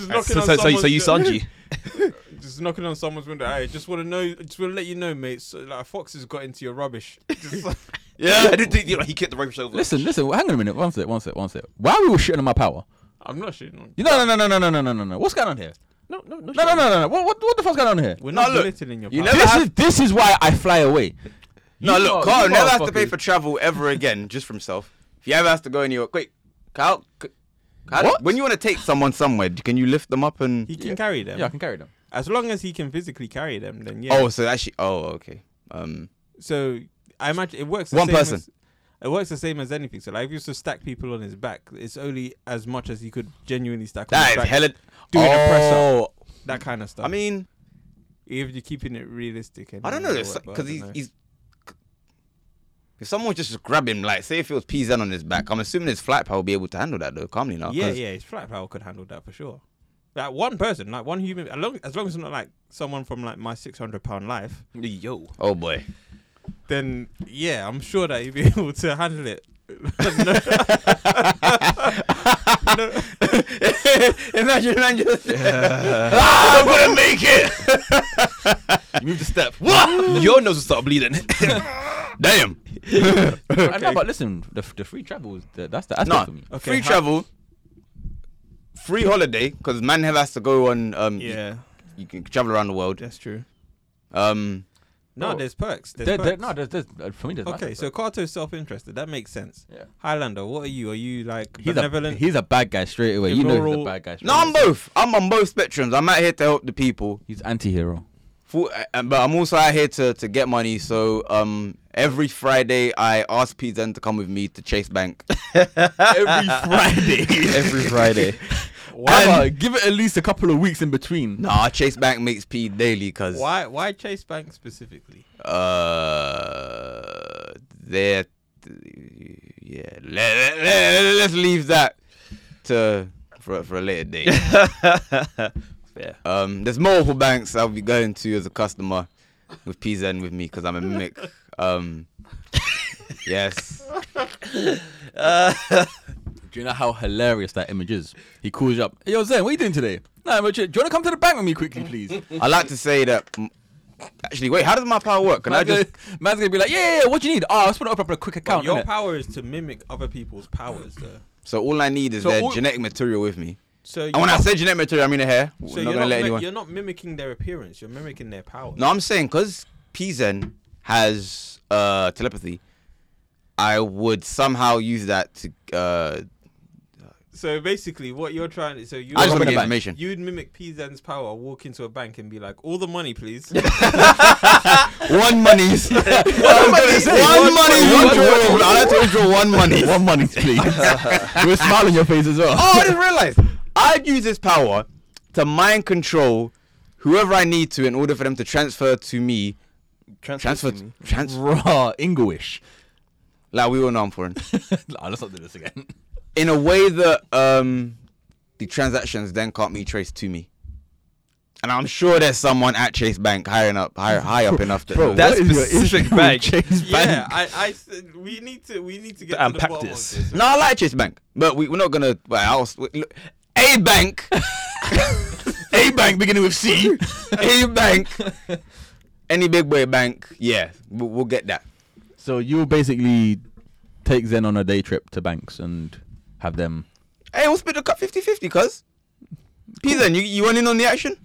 Speaker 5: knocking
Speaker 4: [laughs] so,
Speaker 5: on
Speaker 4: so, so, you- so you
Speaker 5: someone's-
Speaker 4: Sanji.
Speaker 5: Just knocking on someone's window. I just want to know. Just want to let you know, mate. So, like, a fox has got into your rubbish. [laughs] Just like-
Speaker 2: yeah. [laughs]
Speaker 4: I didn't think you know, he kicked the rubbish over.
Speaker 3: Listen, listen, hang on a minute. One sec, one sec, one sec. Why are we all shitting on my power?
Speaker 5: I'm not shitting on.
Speaker 3: You know, no, no, no, no, no, no, no, no. What's going on here?
Speaker 4: No, no, no.
Speaker 3: No, no, no, no, no. What, what, what the fuck's going on here?
Speaker 5: We're
Speaker 2: No,
Speaker 5: not
Speaker 2: look,
Speaker 5: belittling your.
Speaker 2: you
Speaker 5: power.
Speaker 2: never
Speaker 3: This
Speaker 2: have-
Speaker 3: is this is why I fly away.
Speaker 2: No,
Speaker 3: You
Speaker 2: look,
Speaker 3: lot-
Speaker 2: Carl
Speaker 3: you
Speaker 2: never has to pay
Speaker 3: motherfuckers-
Speaker 2: for travel ever again, just for himself. If he ever has to go anywhere, quick, Carl. c- Carl,
Speaker 3: What?
Speaker 2: When you want to take someone somewhere, can you lift them up and?
Speaker 5: He can carry them.
Speaker 3: Yeah, I can carry them.
Speaker 5: As long as he can physically carry them, then yeah.
Speaker 2: Oh, so actually, oh, okay. Um,
Speaker 5: So I imagine it works. The
Speaker 2: One
Speaker 5: same
Speaker 2: person.
Speaker 5: As, it works the same as anything. So like, if you used to stack people on his back, it's only as much as he could genuinely stack. on
Speaker 2: that
Speaker 5: his
Speaker 2: is
Speaker 5: back,
Speaker 2: hella.
Speaker 5: doing a press up,
Speaker 2: oh,
Speaker 5: that kind of stuff.
Speaker 2: I mean,
Speaker 5: if you're keeping it realistic, and
Speaker 2: I don't know, because he's,
Speaker 5: he's.
Speaker 2: he's. If someone just to grab him, like say if it was Pizan on his back, I'm assuming his flat pal will be able to handle that though calmly now.
Speaker 5: yeah,
Speaker 2: Uh, 'cause-
Speaker 5: yeah, his flat power could handle that for sure. Like one person, like one human, as long as long as it's not like someone from like my six hundred pound life,
Speaker 4: Yo.
Speaker 2: Oh boy.
Speaker 5: then yeah, I'm sure that he'd be [laughs] able to handle it. No. No. [laughs]
Speaker 2: Imagine man just. ah, I'm gonna make [laughs] it.
Speaker 3: You move the step.
Speaker 4: What? Your nose will start
Speaker 5: [laughs]
Speaker 4: bleeding.
Speaker 2: Damn.
Speaker 3: I know, but listen, the, the free travel is the, that's the that's
Speaker 2: No,
Speaker 3: for me.
Speaker 5: Okay,
Speaker 2: free
Speaker 5: ha-
Speaker 2: travel, free holiday, because man never has to go on. Um, you-
Speaker 5: Yeah,
Speaker 2: you, can travel around the world.
Speaker 5: that's true.
Speaker 2: Um,
Speaker 5: No,
Speaker 3: Bro,
Speaker 5: there's perks. There's
Speaker 3: There- there-
Speaker 5: perks.
Speaker 3: no, there's, there's, uh, for me, there's
Speaker 5: okay, so Carto's self-interested. That makes sense.
Speaker 3: Yeah.
Speaker 5: Highlander, what are you? Are you like
Speaker 3: he's a,
Speaker 5: benevolent?
Speaker 3: he's a bad guy straight away. You know he's a
Speaker 5: Immoral-
Speaker 3: bad guy. Straight
Speaker 2: no,
Speaker 3: away.
Speaker 2: I'm both. I'm on both spectrums. I'm out here to help the people,
Speaker 3: He's anti-hero.
Speaker 2: for, uh, but I'm also out here to, to get money. So um, every Friday I ask Pizen to come with me to
Speaker 5: [laughs]
Speaker 2: Chase Bank.
Speaker 3: [laughs]
Speaker 2: every Friday. [laughs]
Speaker 4: Every Friday.
Speaker 3: Why? give it at least a couple of weeks in between.
Speaker 2: Nah, Chase Bank makes P daily because
Speaker 5: why? Why Chase Bank specifically?
Speaker 2: uh, they're yeah. Let, let, let, let's leave that to for for a later
Speaker 5: [laughs]
Speaker 2: date.
Speaker 4: Fair.
Speaker 2: Um, there's multiple banks I'll be going to as a customer with PZN with me because I'm a mimic. Um, yes.
Speaker 3: Do you know how hilarious that image is? He calls you up. Hey, yo, Zen, what are you doing today? Nah, but you- do you want to come to the bank with me quickly,
Speaker 2: [laughs]
Speaker 3: please?
Speaker 2: I like to say that. mm, Actually, wait. How does my power work? Can I
Speaker 3: man's,
Speaker 5: uh,
Speaker 2: just?
Speaker 3: gonna, man's gonna be like, yeah, yeah, yeah, what do you need? Oh, I just want to open up a quick account.
Speaker 5: Your
Speaker 3: innit?"
Speaker 5: power is to mimic other people's powers, though.
Speaker 2: So all I need is
Speaker 5: So
Speaker 2: their
Speaker 5: all-
Speaker 2: genetic material with me.
Speaker 5: So
Speaker 2: And when I
Speaker 5: you're-
Speaker 2: say genetic material, I mean the hair.
Speaker 5: So
Speaker 2: We're
Speaker 5: you're
Speaker 2: not gonna
Speaker 5: not
Speaker 2: let
Speaker 5: mi-
Speaker 2: anyone.
Speaker 5: You're not mimicking their appearance. You're mimicking their power.
Speaker 2: No, I'm saying because Pizen has uh, telepathy, I would somehow use that to. Uh,
Speaker 5: So basically, what you're trying to so you
Speaker 2: I just
Speaker 3: open
Speaker 2: want
Speaker 3: a
Speaker 2: to get
Speaker 3: bank.
Speaker 2: information.
Speaker 5: you'd mimic Pizan's power, walk into a bank and be like, "All the money, please."
Speaker 2: One monies. one money.
Speaker 3: One
Speaker 2: One money.
Speaker 3: money.
Speaker 2: you draw. I like to withdraw one money.
Speaker 3: One money,
Speaker 2: [laughs]
Speaker 3: please. [laughs] With a smile on your face as well.
Speaker 2: Oh, I just realized. I'd use this power to mind control whoever I need to in order for them to transfer to me. Transfer. Transfer.
Speaker 3: Raw English. [laughs]
Speaker 2: Like we all know I'm foreign.
Speaker 3: nah, let's not do this again.
Speaker 2: In a way that um, the transactions then can't be traced to me. And I'm sure there's someone at Chase Bank higher up, higher, high up enough to. know.
Speaker 4: That
Speaker 3: What is your
Speaker 4: specific
Speaker 3: issue with
Speaker 4: bank.
Speaker 3: Chase
Speaker 5: yeah,
Speaker 3: Bank?
Speaker 5: I, I said we need to we need to get
Speaker 4: And
Speaker 5: to the bottom of
Speaker 4: practice.
Speaker 5: this.
Speaker 2: no, I like Chase Bank, but we, we're not gonna. Well, I'll, look, a bank, [laughs] a bank beginning with C, a bank, any big boy bank. Yeah, we'll, we'll get that.
Speaker 3: [laughs] So you'll basically take Zen on a day trip to banks and have them.
Speaker 2: Hey, we'll split the cup 50-50, cuz. Pizen, you, you want in on the action?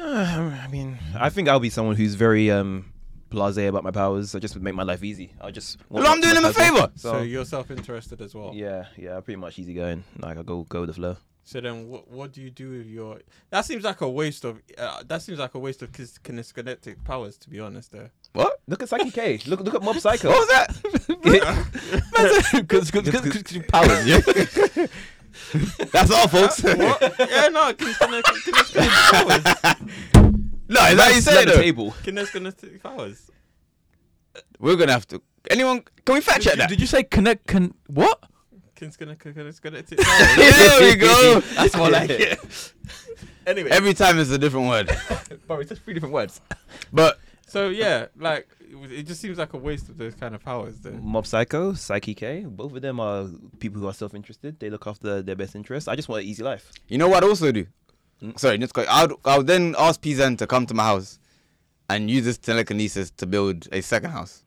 Speaker 4: Uh, I mean, I think I'll be someone who's very um blasé about my powers. I just would make my life easy. I just. want
Speaker 2: Well, I'm
Speaker 4: my-
Speaker 2: doing
Speaker 4: my
Speaker 2: him a
Speaker 4: husband.
Speaker 2: favor.
Speaker 5: So,
Speaker 4: So,
Speaker 5: you're self-interested as well.
Speaker 4: yeah, yeah, pretty much easy going. Like I go go with the flow.
Speaker 5: So then, what what do you do with your? That seems like a waste of uh, that seems like a waste of kis- kinesthetic powers. To be honest, though.
Speaker 2: What?
Speaker 4: Look at Psyche K. Look look
Speaker 2: [laughs]
Speaker 4: at Mob Psycho.
Speaker 2: What was that?
Speaker 3: [laughs] Because powers, yeah.
Speaker 2: That's all, folks. no, [laughs] is
Speaker 5: What? yeah, no, kines- kines- kinesthetic powers.
Speaker 2: that you
Speaker 4: At
Speaker 2: said
Speaker 4: the
Speaker 2: though?
Speaker 4: table.
Speaker 5: Kinesthetic powers.
Speaker 2: We're gonna have to. Anyone? Can we fact check that?
Speaker 3: Did you say connect? Can what?
Speaker 5: Kin's gonna cook it, it's gonna it.
Speaker 2: there we go.
Speaker 3: [laughs] That's more like it. Anyway,
Speaker 2: Every time it's a different word.
Speaker 3: bro, it's just three different words.
Speaker 2: But
Speaker 5: So yeah, like it was- it just seems like a waste of those kind of powers, though.
Speaker 4: Mob Psycho, Psyche K, both of them are people who are self interested. They look after their best interests. I just want an easy life.
Speaker 2: you know what I'd also do?
Speaker 3: Hmm?
Speaker 2: Sorry, just go, I'd, I would then ask Pizan to come to my house and use this telekinesis to build a second house.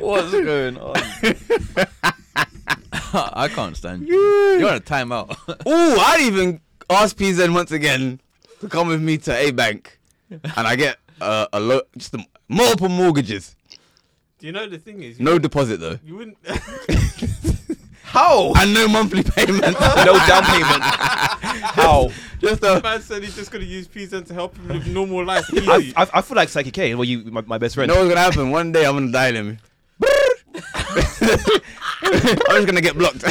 Speaker 4: What's going on?
Speaker 3: I can't stand you. You're on a [laughs] timeout.
Speaker 2: Ooh, I'd even ask Pizan once again to come with me to A Bank and I get uh, a lo- just a, multiple mortgages.
Speaker 5: Do you know the thing is? You,
Speaker 2: No deposit though.
Speaker 5: you wouldn't.
Speaker 4: [laughs]
Speaker 5: [laughs]
Speaker 4: How?
Speaker 2: And no monthly [laughs] payment.
Speaker 4: no down payment. How?
Speaker 2: just a,
Speaker 5: man said he's just gonna use Pizan to help him live normal life.
Speaker 4: I,
Speaker 5: Easy.
Speaker 4: I, I feel like Psyche K, well, you, my, my best friend.
Speaker 2: know what's gonna happen. One day I'm gonna dial him. [laughs] I'm just gonna get
Speaker 3: [laughs]
Speaker 2: blocked.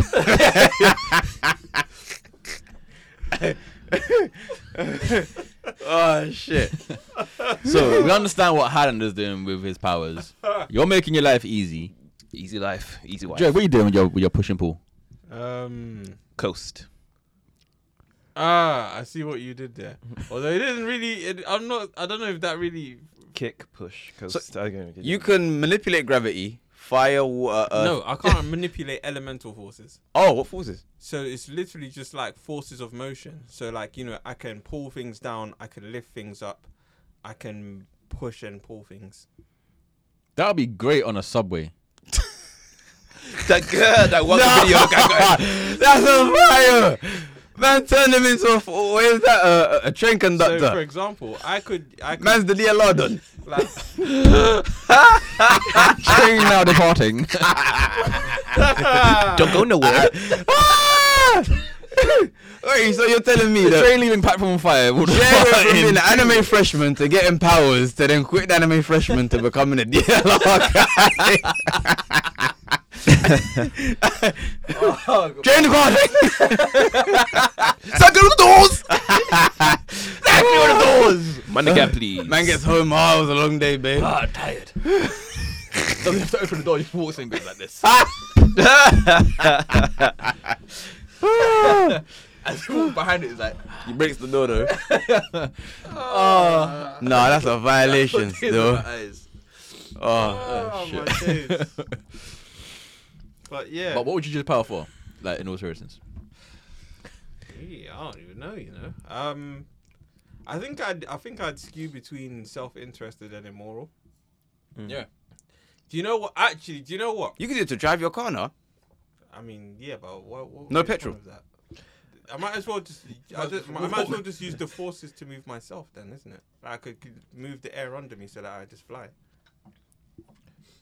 Speaker 2: oh shit!
Speaker 3: so we understand what Highlander's doing with his powers. You're making your life easy.
Speaker 4: Easy life, easy wife.
Speaker 3: Drake, what are you doing with your, with your push and pull?
Speaker 5: um.
Speaker 4: Coast.
Speaker 5: Ah, I see what you did there. Although it didn't really. It, I'm not. I don't know if that really.
Speaker 4: Kick, push, coast.
Speaker 2: You can manipulate gravity, fire, water.
Speaker 4: Uh,
Speaker 2: earth.
Speaker 5: no, I
Speaker 4: [laughs]
Speaker 5: can't manipulate elemental forces.
Speaker 2: Oh, what forces?
Speaker 5: So it's literally just like forces of motion. So like you know, I can pull things down. I can lift things up. I can push and pull things.
Speaker 3: That would be great on a [laughs] subway.
Speaker 4: that girl that one video.
Speaker 3: [laughs]
Speaker 4: guy- guy-
Speaker 2: That's a fire. Man, turn him into a. What is that? Uh, a train
Speaker 5: So
Speaker 2: conductor.
Speaker 5: for example, I could. I could
Speaker 2: Man's the DLR [laughs] done.
Speaker 5: like,
Speaker 3: Train now departing.
Speaker 4: Don't go nowhere.
Speaker 2: Ah! [laughs] Wait, so you're telling me that
Speaker 3: Train leaving platform five. will
Speaker 2: [laughs] Yeah,
Speaker 3: depart
Speaker 2: from
Speaker 3: in-
Speaker 2: being an anime freshman to getting powers to then quit the anime freshman to becoming a DLR [laughs] guy. Train the car. Second doors. Second doors.
Speaker 4: Man the
Speaker 2: [laughs]
Speaker 4: gap, please.
Speaker 2: Man gets home. Oh, it was a long day, babe.
Speaker 3: Ah, tired. Doesn't have to open the door. [laughs] Just walks in, goes like [laughs] this. and the wall behind it is like,
Speaker 2: He breaks the door though. [laughs] oh. Nah, [laughs] that's a violation,
Speaker 3: tears in
Speaker 2: though.
Speaker 3: my eyes.
Speaker 2: Oh.
Speaker 5: oh my days. But
Speaker 2: [laughs]
Speaker 5: yeah,
Speaker 3: But what would you use power for? Like in all seriousness.
Speaker 5: Gee, I don't even know. You know, um, I think I'd I think I'd skew between self-interested and immoral.
Speaker 2: Mm.
Speaker 3: Yeah.
Speaker 5: Do you know what? Actually, do you know what?
Speaker 2: You could do it to drive your car, no?
Speaker 5: I mean, yeah, but what? what
Speaker 2: No
Speaker 5: what's the
Speaker 2: petrol.
Speaker 5: point of That? I might as well just I, just, I might as well just use the forces to move myself then, isn't it? Like I could, could move the air under me so that I just fly.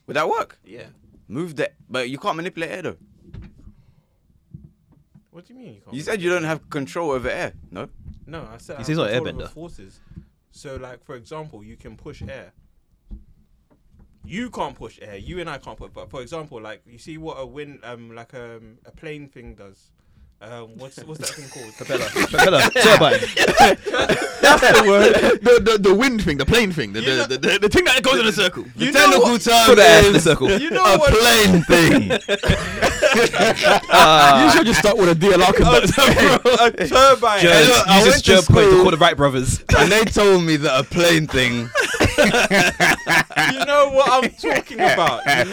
Speaker 2: Would that work?
Speaker 5: Yeah.
Speaker 2: Move that, but you can't manipulate air though.
Speaker 5: What do you mean you can't?
Speaker 2: You said you don't have control over air, no?
Speaker 5: No, I said.
Speaker 4: He
Speaker 5: I have
Speaker 4: says he's
Speaker 5: control
Speaker 4: not
Speaker 5: over
Speaker 4: airbender.
Speaker 5: Forces. So, like for example, you can push air. You can't push air. You and I can't put. But for example, like you see what a wind, um, like um, a plane thing does. Um, what's what's that thing called?
Speaker 4: Propeller, propeller, turbine.
Speaker 3: That's the word. The, the, the wind thing, the plane thing, the,
Speaker 5: You know-
Speaker 3: the, the, the, the thing that goes in a [laughs] circle.
Speaker 2: The
Speaker 5: You know
Speaker 2: technical
Speaker 5: what-
Speaker 2: term
Speaker 4: Put that in the
Speaker 2: is [laughs]
Speaker 4: circle. [laughs]
Speaker 5: You know
Speaker 2: a
Speaker 5: what?
Speaker 2: plane [laughs] thing.
Speaker 3: Uh, you should just start with a [laughs] DLR
Speaker 5: a, a turbine.
Speaker 4: Judge,
Speaker 2: Hey, look, I
Speaker 4: use this
Speaker 2: went to
Speaker 4: judge point to
Speaker 2: school-
Speaker 4: call the Wright brothers.
Speaker 2: [laughs] and they told me that a plane thing.
Speaker 5: you know what I'm talking about. You
Speaker 4: [laughs]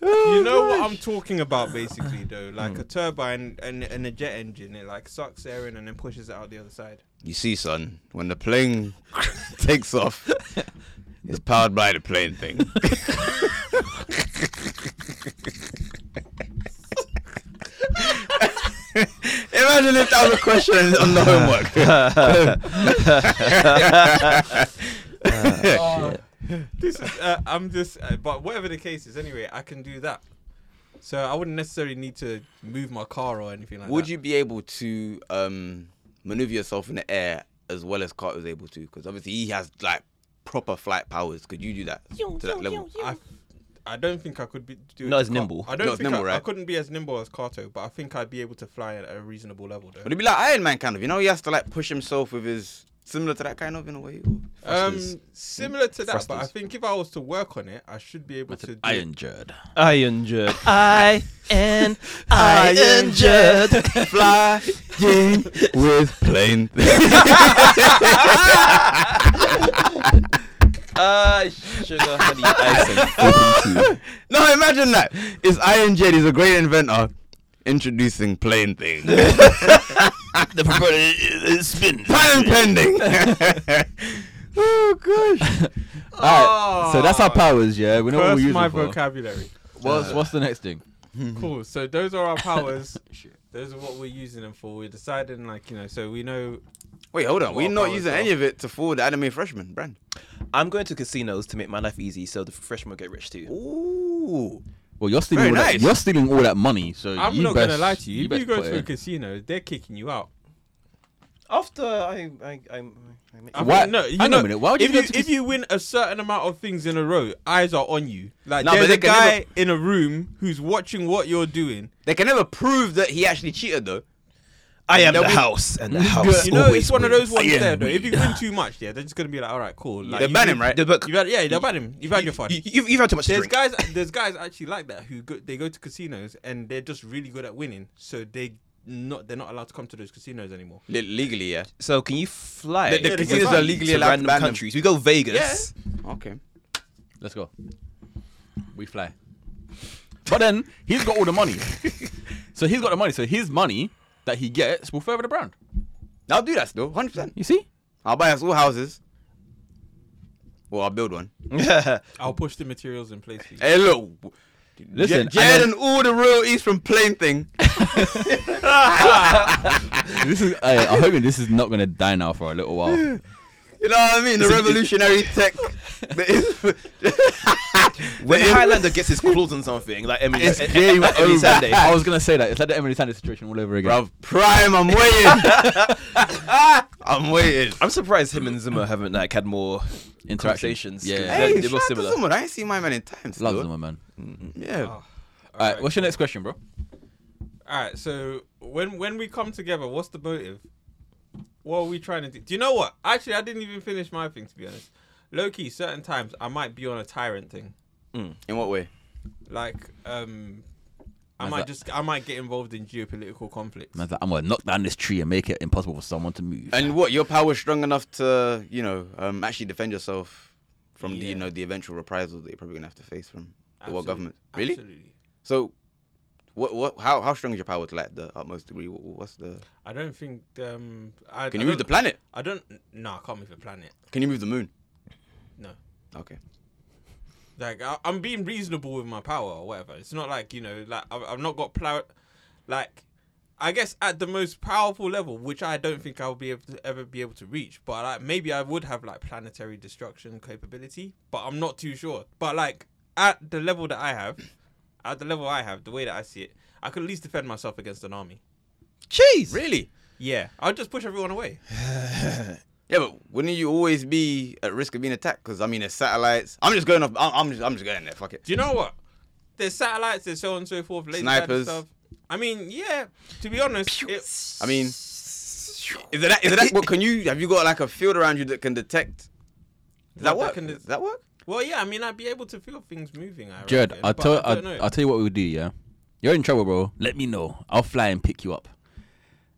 Speaker 5: know, you know what
Speaker 4: Oh
Speaker 5: I'm talking about, basically, though. Like
Speaker 4: Hmm.
Speaker 5: a turbine and, and a jet engine, it like sucks air in and then pushes it out the other side.
Speaker 2: You see, son, when the plane [laughs] takes off, it's powered by the plane thing. [laughs] Imagine if that was a question on the
Speaker 4: Uh,
Speaker 5: Oh.
Speaker 2: homework.
Speaker 5: This is, uh, I'm just, uh, but whatever the case is, anyway, I can do that. So I wouldn't necessarily need to move my car or anything like
Speaker 2: [laughs] Would
Speaker 5: that.
Speaker 2: you be able to um, maneuver yourself in the air as well as Carter was able to? Because obviously he has like proper flight powers. Could you do that to that level?
Speaker 5: I, I don't think I could be do
Speaker 4: Not
Speaker 5: it
Speaker 4: as
Speaker 5: to Car-
Speaker 4: nimble.
Speaker 5: I don't
Speaker 2: Not as
Speaker 5: think
Speaker 2: nimble,
Speaker 5: I, I
Speaker 2: right?
Speaker 5: couldn't be as nimble as Kato, but I think I'd be able to fly at a reasonable level though.
Speaker 2: But it'd be like Iron Man kind of. You know, he has to like push himself with his Similar to that kind of in a way.
Speaker 5: Um, similar to that, but I
Speaker 4: Thrusters.
Speaker 5: think if I was to work on it, I should be able to. Do
Speaker 3: I injured.
Speaker 4: Iron Jerk.
Speaker 3: I and
Speaker 2: [laughs]
Speaker 4: [laughs]
Speaker 2: Flying with plane.
Speaker 4: Ah, sugar, honey, ice,
Speaker 2: [laughs]
Speaker 3: [laughs]
Speaker 2: no, imagine that. It's Iron Jade. He's a great inventor. Introducing plane [laughs] thing.
Speaker 3: the propeller spin.
Speaker 2: Patent pending. [laughs]
Speaker 3: [laughs]
Speaker 2: oh gosh.
Speaker 3: Alright, so that's our powers, yeah. We know what we
Speaker 5: First,
Speaker 3: use
Speaker 5: my
Speaker 3: them for.
Speaker 5: vocabulary.
Speaker 3: What's, what's the next thing?
Speaker 5: Cool. So those are our powers. those are what we're using them for. We're deciding, like you know, so we know.
Speaker 2: Wait, hold on. We're
Speaker 5: Well,
Speaker 2: not
Speaker 5: powers
Speaker 2: using
Speaker 5: are-
Speaker 2: any of it to fool the anime freshman brand.
Speaker 4: I'm going to casinos to make my life easy, so the freshmen will get rich too.
Speaker 2: Ooh.
Speaker 3: Well, you're stealing, all
Speaker 2: Very
Speaker 3: that,
Speaker 2: nice.
Speaker 3: you're stealing all that money, so
Speaker 5: I'm
Speaker 3: you
Speaker 5: not
Speaker 3: best,
Speaker 5: gonna lie to you. If
Speaker 3: best
Speaker 5: you go
Speaker 3: put
Speaker 5: to a
Speaker 3: it in.
Speaker 5: casino, they're kicking you out.
Speaker 4: After I, I, I, I make
Speaker 5: I
Speaker 3: Why-
Speaker 5: mean, no, you
Speaker 3: Hang on
Speaker 5: know,
Speaker 3: a minute, why would you
Speaker 5: if
Speaker 3: go
Speaker 5: you
Speaker 3: to
Speaker 5: if
Speaker 3: cas-
Speaker 5: you win a certain amount of things in a row, eyes are on you. Like
Speaker 2: Nah, but
Speaker 5: there's
Speaker 2: they
Speaker 5: a
Speaker 2: can
Speaker 5: guy
Speaker 2: never-
Speaker 5: in a room who's watching what you're doing.
Speaker 2: They can never prove that he actually cheated though.
Speaker 4: I am
Speaker 2: That
Speaker 4: the
Speaker 2: we-
Speaker 4: house, and the house.
Speaker 5: You know, it's one of
Speaker 4: wins.
Speaker 5: those ones
Speaker 2: Yeah,
Speaker 5: there though. If you
Speaker 2: weed.
Speaker 5: win too much, yeah, they're just gonna be like, all right, cool. Like,
Speaker 2: they
Speaker 5: you-
Speaker 2: ban him, right?
Speaker 4: The book.
Speaker 5: You've had, yeah, they've had him. You've had your fun.
Speaker 4: You, you've, you've had too much to
Speaker 5: There's
Speaker 4: drink.
Speaker 5: guys, there's guys actually like that who go, they go to casinos and they're just really good at winning, so they not they're not allowed to come to those casinos anymore.
Speaker 2: Le- legally, yeah.
Speaker 4: So can you fly?
Speaker 2: The- the
Speaker 4: with
Speaker 2: casinos
Speaker 4: money
Speaker 2: are legally
Speaker 4: to
Speaker 2: allowed to
Speaker 4: random
Speaker 2: ban them.
Speaker 4: countries. We go Vegas.
Speaker 2: Okay.
Speaker 3: Let's go. We fly. But then he's got all the
Speaker 5: [laughs]
Speaker 3: money. so he's got the money. So his money that he gets will further the brand.
Speaker 2: I'll do that still, hundred percent.
Speaker 3: You see?
Speaker 2: I'll buy us all houses. Well, I'll build one.
Speaker 4: [laughs]
Speaker 5: I'll push the materials in place for you.
Speaker 2: Hey, look. Listen,
Speaker 3: Listen,
Speaker 2: Jed
Speaker 3: and
Speaker 2: and all the real East from Plain Thing.
Speaker 3: this is. I, I'm hoping this is not gonna die now for a little
Speaker 5: [laughs]
Speaker 3: while.
Speaker 2: You know what I [laughs] mean? The
Speaker 4: It's a-
Speaker 2: revolutionary tech. that is- [laughs]
Speaker 4: when
Speaker 2: It is-
Speaker 4: Highlander gets his claws on something, like Emily, [laughs]
Speaker 2: It's
Speaker 4: E- E-
Speaker 2: game
Speaker 4: Emily
Speaker 2: over.
Speaker 4: Sunday.
Speaker 3: I was gonna say that it's like the Emily Sanders situation all over again.
Speaker 2: Bruv, prime, I'm waiting. I'm waiting.
Speaker 4: I'm surprised him and Zimmer haven't like had more
Speaker 3: Interactions.
Speaker 4: conversations.
Speaker 3: Yeah.
Speaker 4: 'cause
Speaker 3: yeah.
Speaker 2: Hey,
Speaker 4: they're, they're
Speaker 2: shout
Speaker 4: both
Speaker 2: out to
Speaker 4: similar.
Speaker 2: someone. I ain't seen my man in time. Still.
Speaker 3: Love them, man.
Speaker 2: Yeah.
Speaker 5: Oh.
Speaker 3: All right, what's your next question, bro?
Speaker 5: All right, so when when we come together, what's the motive? What are we trying to do? Do you know what? Actually, I didn't even finish my thing to be honest. Low key, certain times I might be on a tyrant thing.
Speaker 2: In what way?
Speaker 5: Like, um, I
Speaker 3: Man's
Speaker 5: might
Speaker 3: like-
Speaker 5: just I might get involved in geopolitical conflicts.
Speaker 3: Man's like, I'm gonna knock down this tree and make it impossible for someone to move.
Speaker 2: And what? Your power's strong enough to, you know, um, actually defend yourself from the,
Speaker 5: Yeah.
Speaker 2: you know, the eventual reprisals that you're probably gonna have to face from the
Speaker 5: Absolutely.
Speaker 2: world government. Really?
Speaker 5: Absolutely.
Speaker 2: So, what? What? How? How strong is your power to like the utmost degree? Wh- What's the?
Speaker 5: I don't think. Um, I,
Speaker 2: Can
Speaker 5: I
Speaker 2: you move the
Speaker 5: don't-
Speaker 2: planet?
Speaker 5: I don't. No, I can't move the planet.
Speaker 2: Can you move the moon?
Speaker 5: No.
Speaker 2: Okay.
Speaker 5: Like I, I'm being reasonable with my power or whatever. It's not like you know, like I've, I've not got plow. Like I guess at the most powerful level, which I don't think I'll be able to ever be able to reach. But like maybe I would have like planetary destruction capability, but I'm not too sure. But like at the level that I have, at the level I have, the way that I see it, I could at least defend myself against an army.
Speaker 4: Jeez.
Speaker 2: Really?
Speaker 5: Yeah, I'll just push everyone away.
Speaker 2: Yeah, but wouldn't you always be at risk of being attacked? Because I mean, there's satellites. I'm just going off. I'm, I'm just. I'm just going there. Fuck it.
Speaker 5: Do you know what? There's satellites, there's so on and so forth, laser
Speaker 2: Snipers.
Speaker 5: Snipers. stuff. I mean, yeah. To be honest, it,
Speaker 2: I mean, is that? Is that? What can you? Have you got like a field around you that can detect? Does that
Speaker 5: Well, that
Speaker 2: work?
Speaker 5: can de-
Speaker 2: Does that work?
Speaker 5: Well, yeah, I mean, I'd be able to feel things moving. I
Speaker 3: Jared,
Speaker 5: reckon,
Speaker 3: I'll
Speaker 5: but
Speaker 3: tell,
Speaker 5: I don't
Speaker 3: I'll,
Speaker 5: know.
Speaker 3: I'll tell you what we'll do, yeah? You're in trouble, bro. Let me know. I'll fly and pick you up.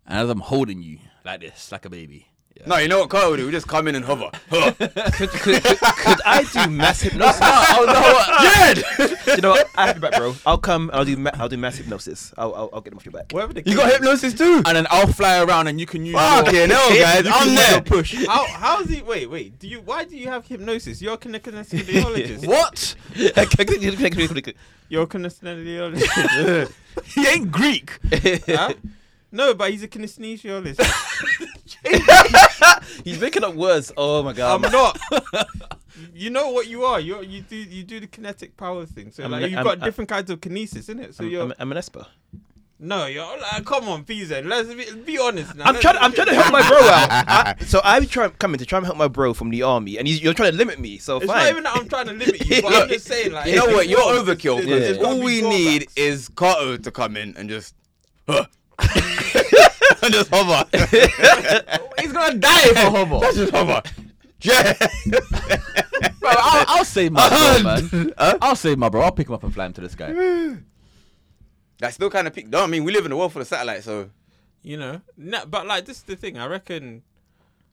Speaker 3: And as I'm holding you like this, like a
Speaker 2: [laughs]
Speaker 3: baby. Yeah.
Speaker 2: No, you know what Carl would do? We just come in and hover. Huh.
Speaker 5: [laughs]
Speaker 4: could, could, could, could I do mass hypnosis?
Speaker 3: [laughs]
Speaker 2: Oh, Jed,
Speaker 4: You know what? I have your back, bro. I'll come. I'll do. Ma- I'll do mass hypnosis. I'll. I'll, I'll get him off your back.
Speaker 5: Whatever the
Speaker 4: [laughs]
Speaker 2: you got
Speaker 5: case-
Speaker 2: hypnosis too.
Speaker 5: [laughs]
Speaker 3: And then I'll fly around and you can use [laughs]
Speaker 2: Fucking hell, guys! I'm there.
Speaker 3: push.
Speaker 5: How, how's he? Wait, wait. Do you? Why do you have hypnosis? You're a kin-
Speaker 3: [laughs]
Speaker 5: kinesiologist.
Speaker 3: What?
Speaker 5: You're a
Speaker 4: [laughs]
Speaker 5: kinesiologist.
Speaker 3: He ain't Greek.
Speaker 5: huh? No, but he's a kinesiologist.
Speaker 4: He's making up words. Oh
Speaker 5: [laughs]
Speaker 4: my
Speaker 5: I'm
Speaker 4: god.
Speaker 5: not. You know what you are. You you do you do the kinetic power thing. So
Speaker 4: I'm
Speaker 5: like
Speaker 4: an-
Speaker 5: you've
Speaker 4: I'm-
Speaker 5: got
Speaker 4: I'm-
Speaker 5: different kinds of kinesis, in it. So
Speaker 4: I'm,
Speaker 5: you're
Speaker 4: I'm, I'm an esper.
Speaker 5: no, you're like, come on, Fizen. Let's be, be honest now.
Speaker 4: I'm
Speaker 5: Let's
Speaker 4: trying.
Speaker 5: be
Speaker 4: I'm trying to help my bro out. I, [laughs] so I'm trying coming to try and help my bro from the army, and he's, you're trying to limit me.
Speaker 5: [laughs]
Speaker 4: So
Speaker 5: It's
Speaker 4: fine.
Speaker 5: not even that I'm trying to limit you, but
Speaker 2: Look,
Speaker 5: I'm just saying like
Speaker 2: You know
Speaker 5: it's
Speaker 2: what? You're
Speaker 5: drawbacks.
Speaker 2: overkill.
Speaker 5: There's- there's gotta
Speaker 2: All
Speaker 5: be
Speaker 2: we
Speaker 5: drawbacks. [laughs]
Speaker 2: need is Kato to come in and just. Huh. just hover.
Speaker 3: He's gonna die for homo.
Speaker 2: [laughs] That's just hover. Yeah. [laughs]
Speaker 3: bro, I'll, I'll save my
Speaker 2: Uh-huh.
Speaker 3: bro, man.
Speaker 2: [laughs] Huh?
Speaker 3: I'll save my bro. I'll pick him up and fly him to the sky.
Speaker 2: That still kind of peaked. No, I mean, we live in a world full of satellites, so
Speaker 5: You know, no, but like this is the thing. I reckon.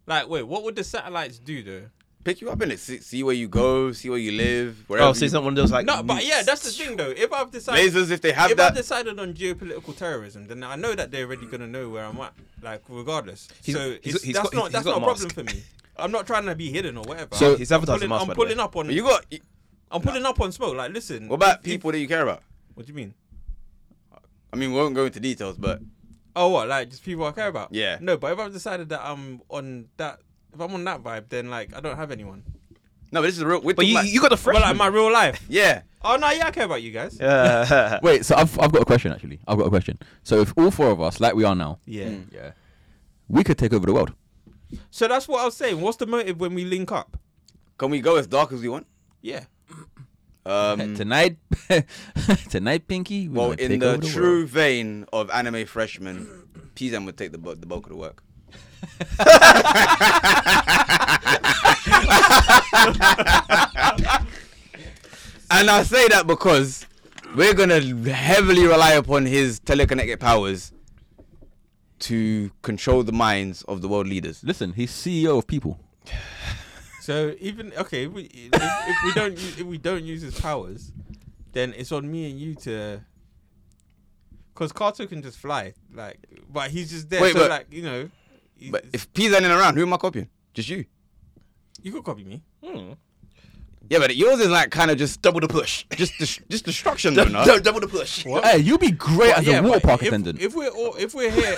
Speaker 5: Like, wait, what would the satellites do though?
Speaker 2: pick you up in it. See, see where you go, see where you live, wherever.
Speaker 4: Oh, so it's
Speaker 2: you-
Speaker 4: not one of those like.
Speaker 5: No, but yeah, that's the thing though. If I've decided,
Speaker 2: lasers if they have
Speaker 5: if I've
Speaker 2: that.
Speaker 5: decided on geopolitical terrorism, then I know that they're already gonna know where I'm at, like regardless.
Speaker 4: He's-
Speaker 5: so
Speaker 4: he's-
Speaker 5: it's-
Speaker 4: he's
Speaker 5: that's
Speaker 4: got-
Speaker 5: not
Speaker 4: he's
Speaker 5: that's
Speaker 4: got
Speaker 5: not
Speaker 4: a
Speaker 5: a problem
Speaker 4: mask.
Speaker 5: for me. I'm not trying to be hidden or whatever.
Speaker 4: So
Speaker 5: I'm-
Speaker 4: he's advertising
Speaker 5: I'm pulling,
Speaker 4: mask, by
Speaker 5: I'm
Speaker 4: the way.
Speaker 5: pulling up on.
Speaker 2: you got.
Speaker 5: I'm pulling up on smoke. Like, listen.
Speaker 2: What about
Speaker 5: if-
Speaker 2: people that you care about?
Speaker 5: What do you mean?
Speaker 2: I mean, we won't go into details, but
Speaker 5: Oh, what? Like, just people I care about.
Speaker 2: Yeah.
Speaker 5: No, but if I've decided that I'm on that, if I'm on that vibe, then like I don't have
Speaker 4: [laughs]
Speaker 5: anyone.
Speaker 2: no, but this is a real. We're
Speaker 4: But
Speaker 2: talking
Speaker 4: you,
Speaker 2: about-
Speaker 4: you got the
Speaker 5: But
Speaker 4: fresh.
Speaker 5: like my real life.
Speaker 2: yeah.
Speaker 5: Oh no, yeah, I care about you guys.
Speaker 4: [laughs] Yeah.
Speaker 3: Wait, so I've I've got a question actually. I've got a question. So if all four of us, like we are now,
Speaker 5: Yeah.
Speaker 4: Hmm.
Speaker 3: yeah, we could take over the world.
Speaker 5: So that's what I was saying. What's the motive when we link up?
Speaker 2: Can we go as dark as we want?
Speaker 5: Yeah.
Speaker 2: Um,
Speaker 3: tonight, [laughs] tonight, Pinky. We
Speaker 2: well,
Speaker 3: gonna
Speaker 2: in
Speaker 3: take
Speaker 2: the
Speaker 3: over world.
Speaker 2: true vein of anime freshmen, [clears throat] Pizan would take the, bu- the bulk of the work. and I say that because we're gonna heavily rely upon his telekinetic powers to control the minds of the world leaders.
Speaker 3: Listen, he's CEO of people.
Speaker 5: So even okay, if we, if, if we don't u- if we don't use his powers, then it's on me and you to. Because Kato can just fly, like, but he's just there.
Speaker 2: Wait,
Speaker 5: so
Speaker 2: but-
Speaker 5: like you know, he's-
Speaker 2: But if Pizan isn't around, who am I copying? Just you.
Speaker 5: you could copy me.
Speaker 2: Yeah, but yours is like kind of just double the push, just dis- just destruction, though. no?
Speaker 4: the push.
Speaker 3: Hey, you'd be great
Speaker 5: But
Speaker 3: as
Speaker 5: yeah,
Speaker 3: a water
Speaker 5: but
Speaker 3: park
Speaker 5: if,
Speaker 3: attendant.
Speaker 5: If we're all, if we're here,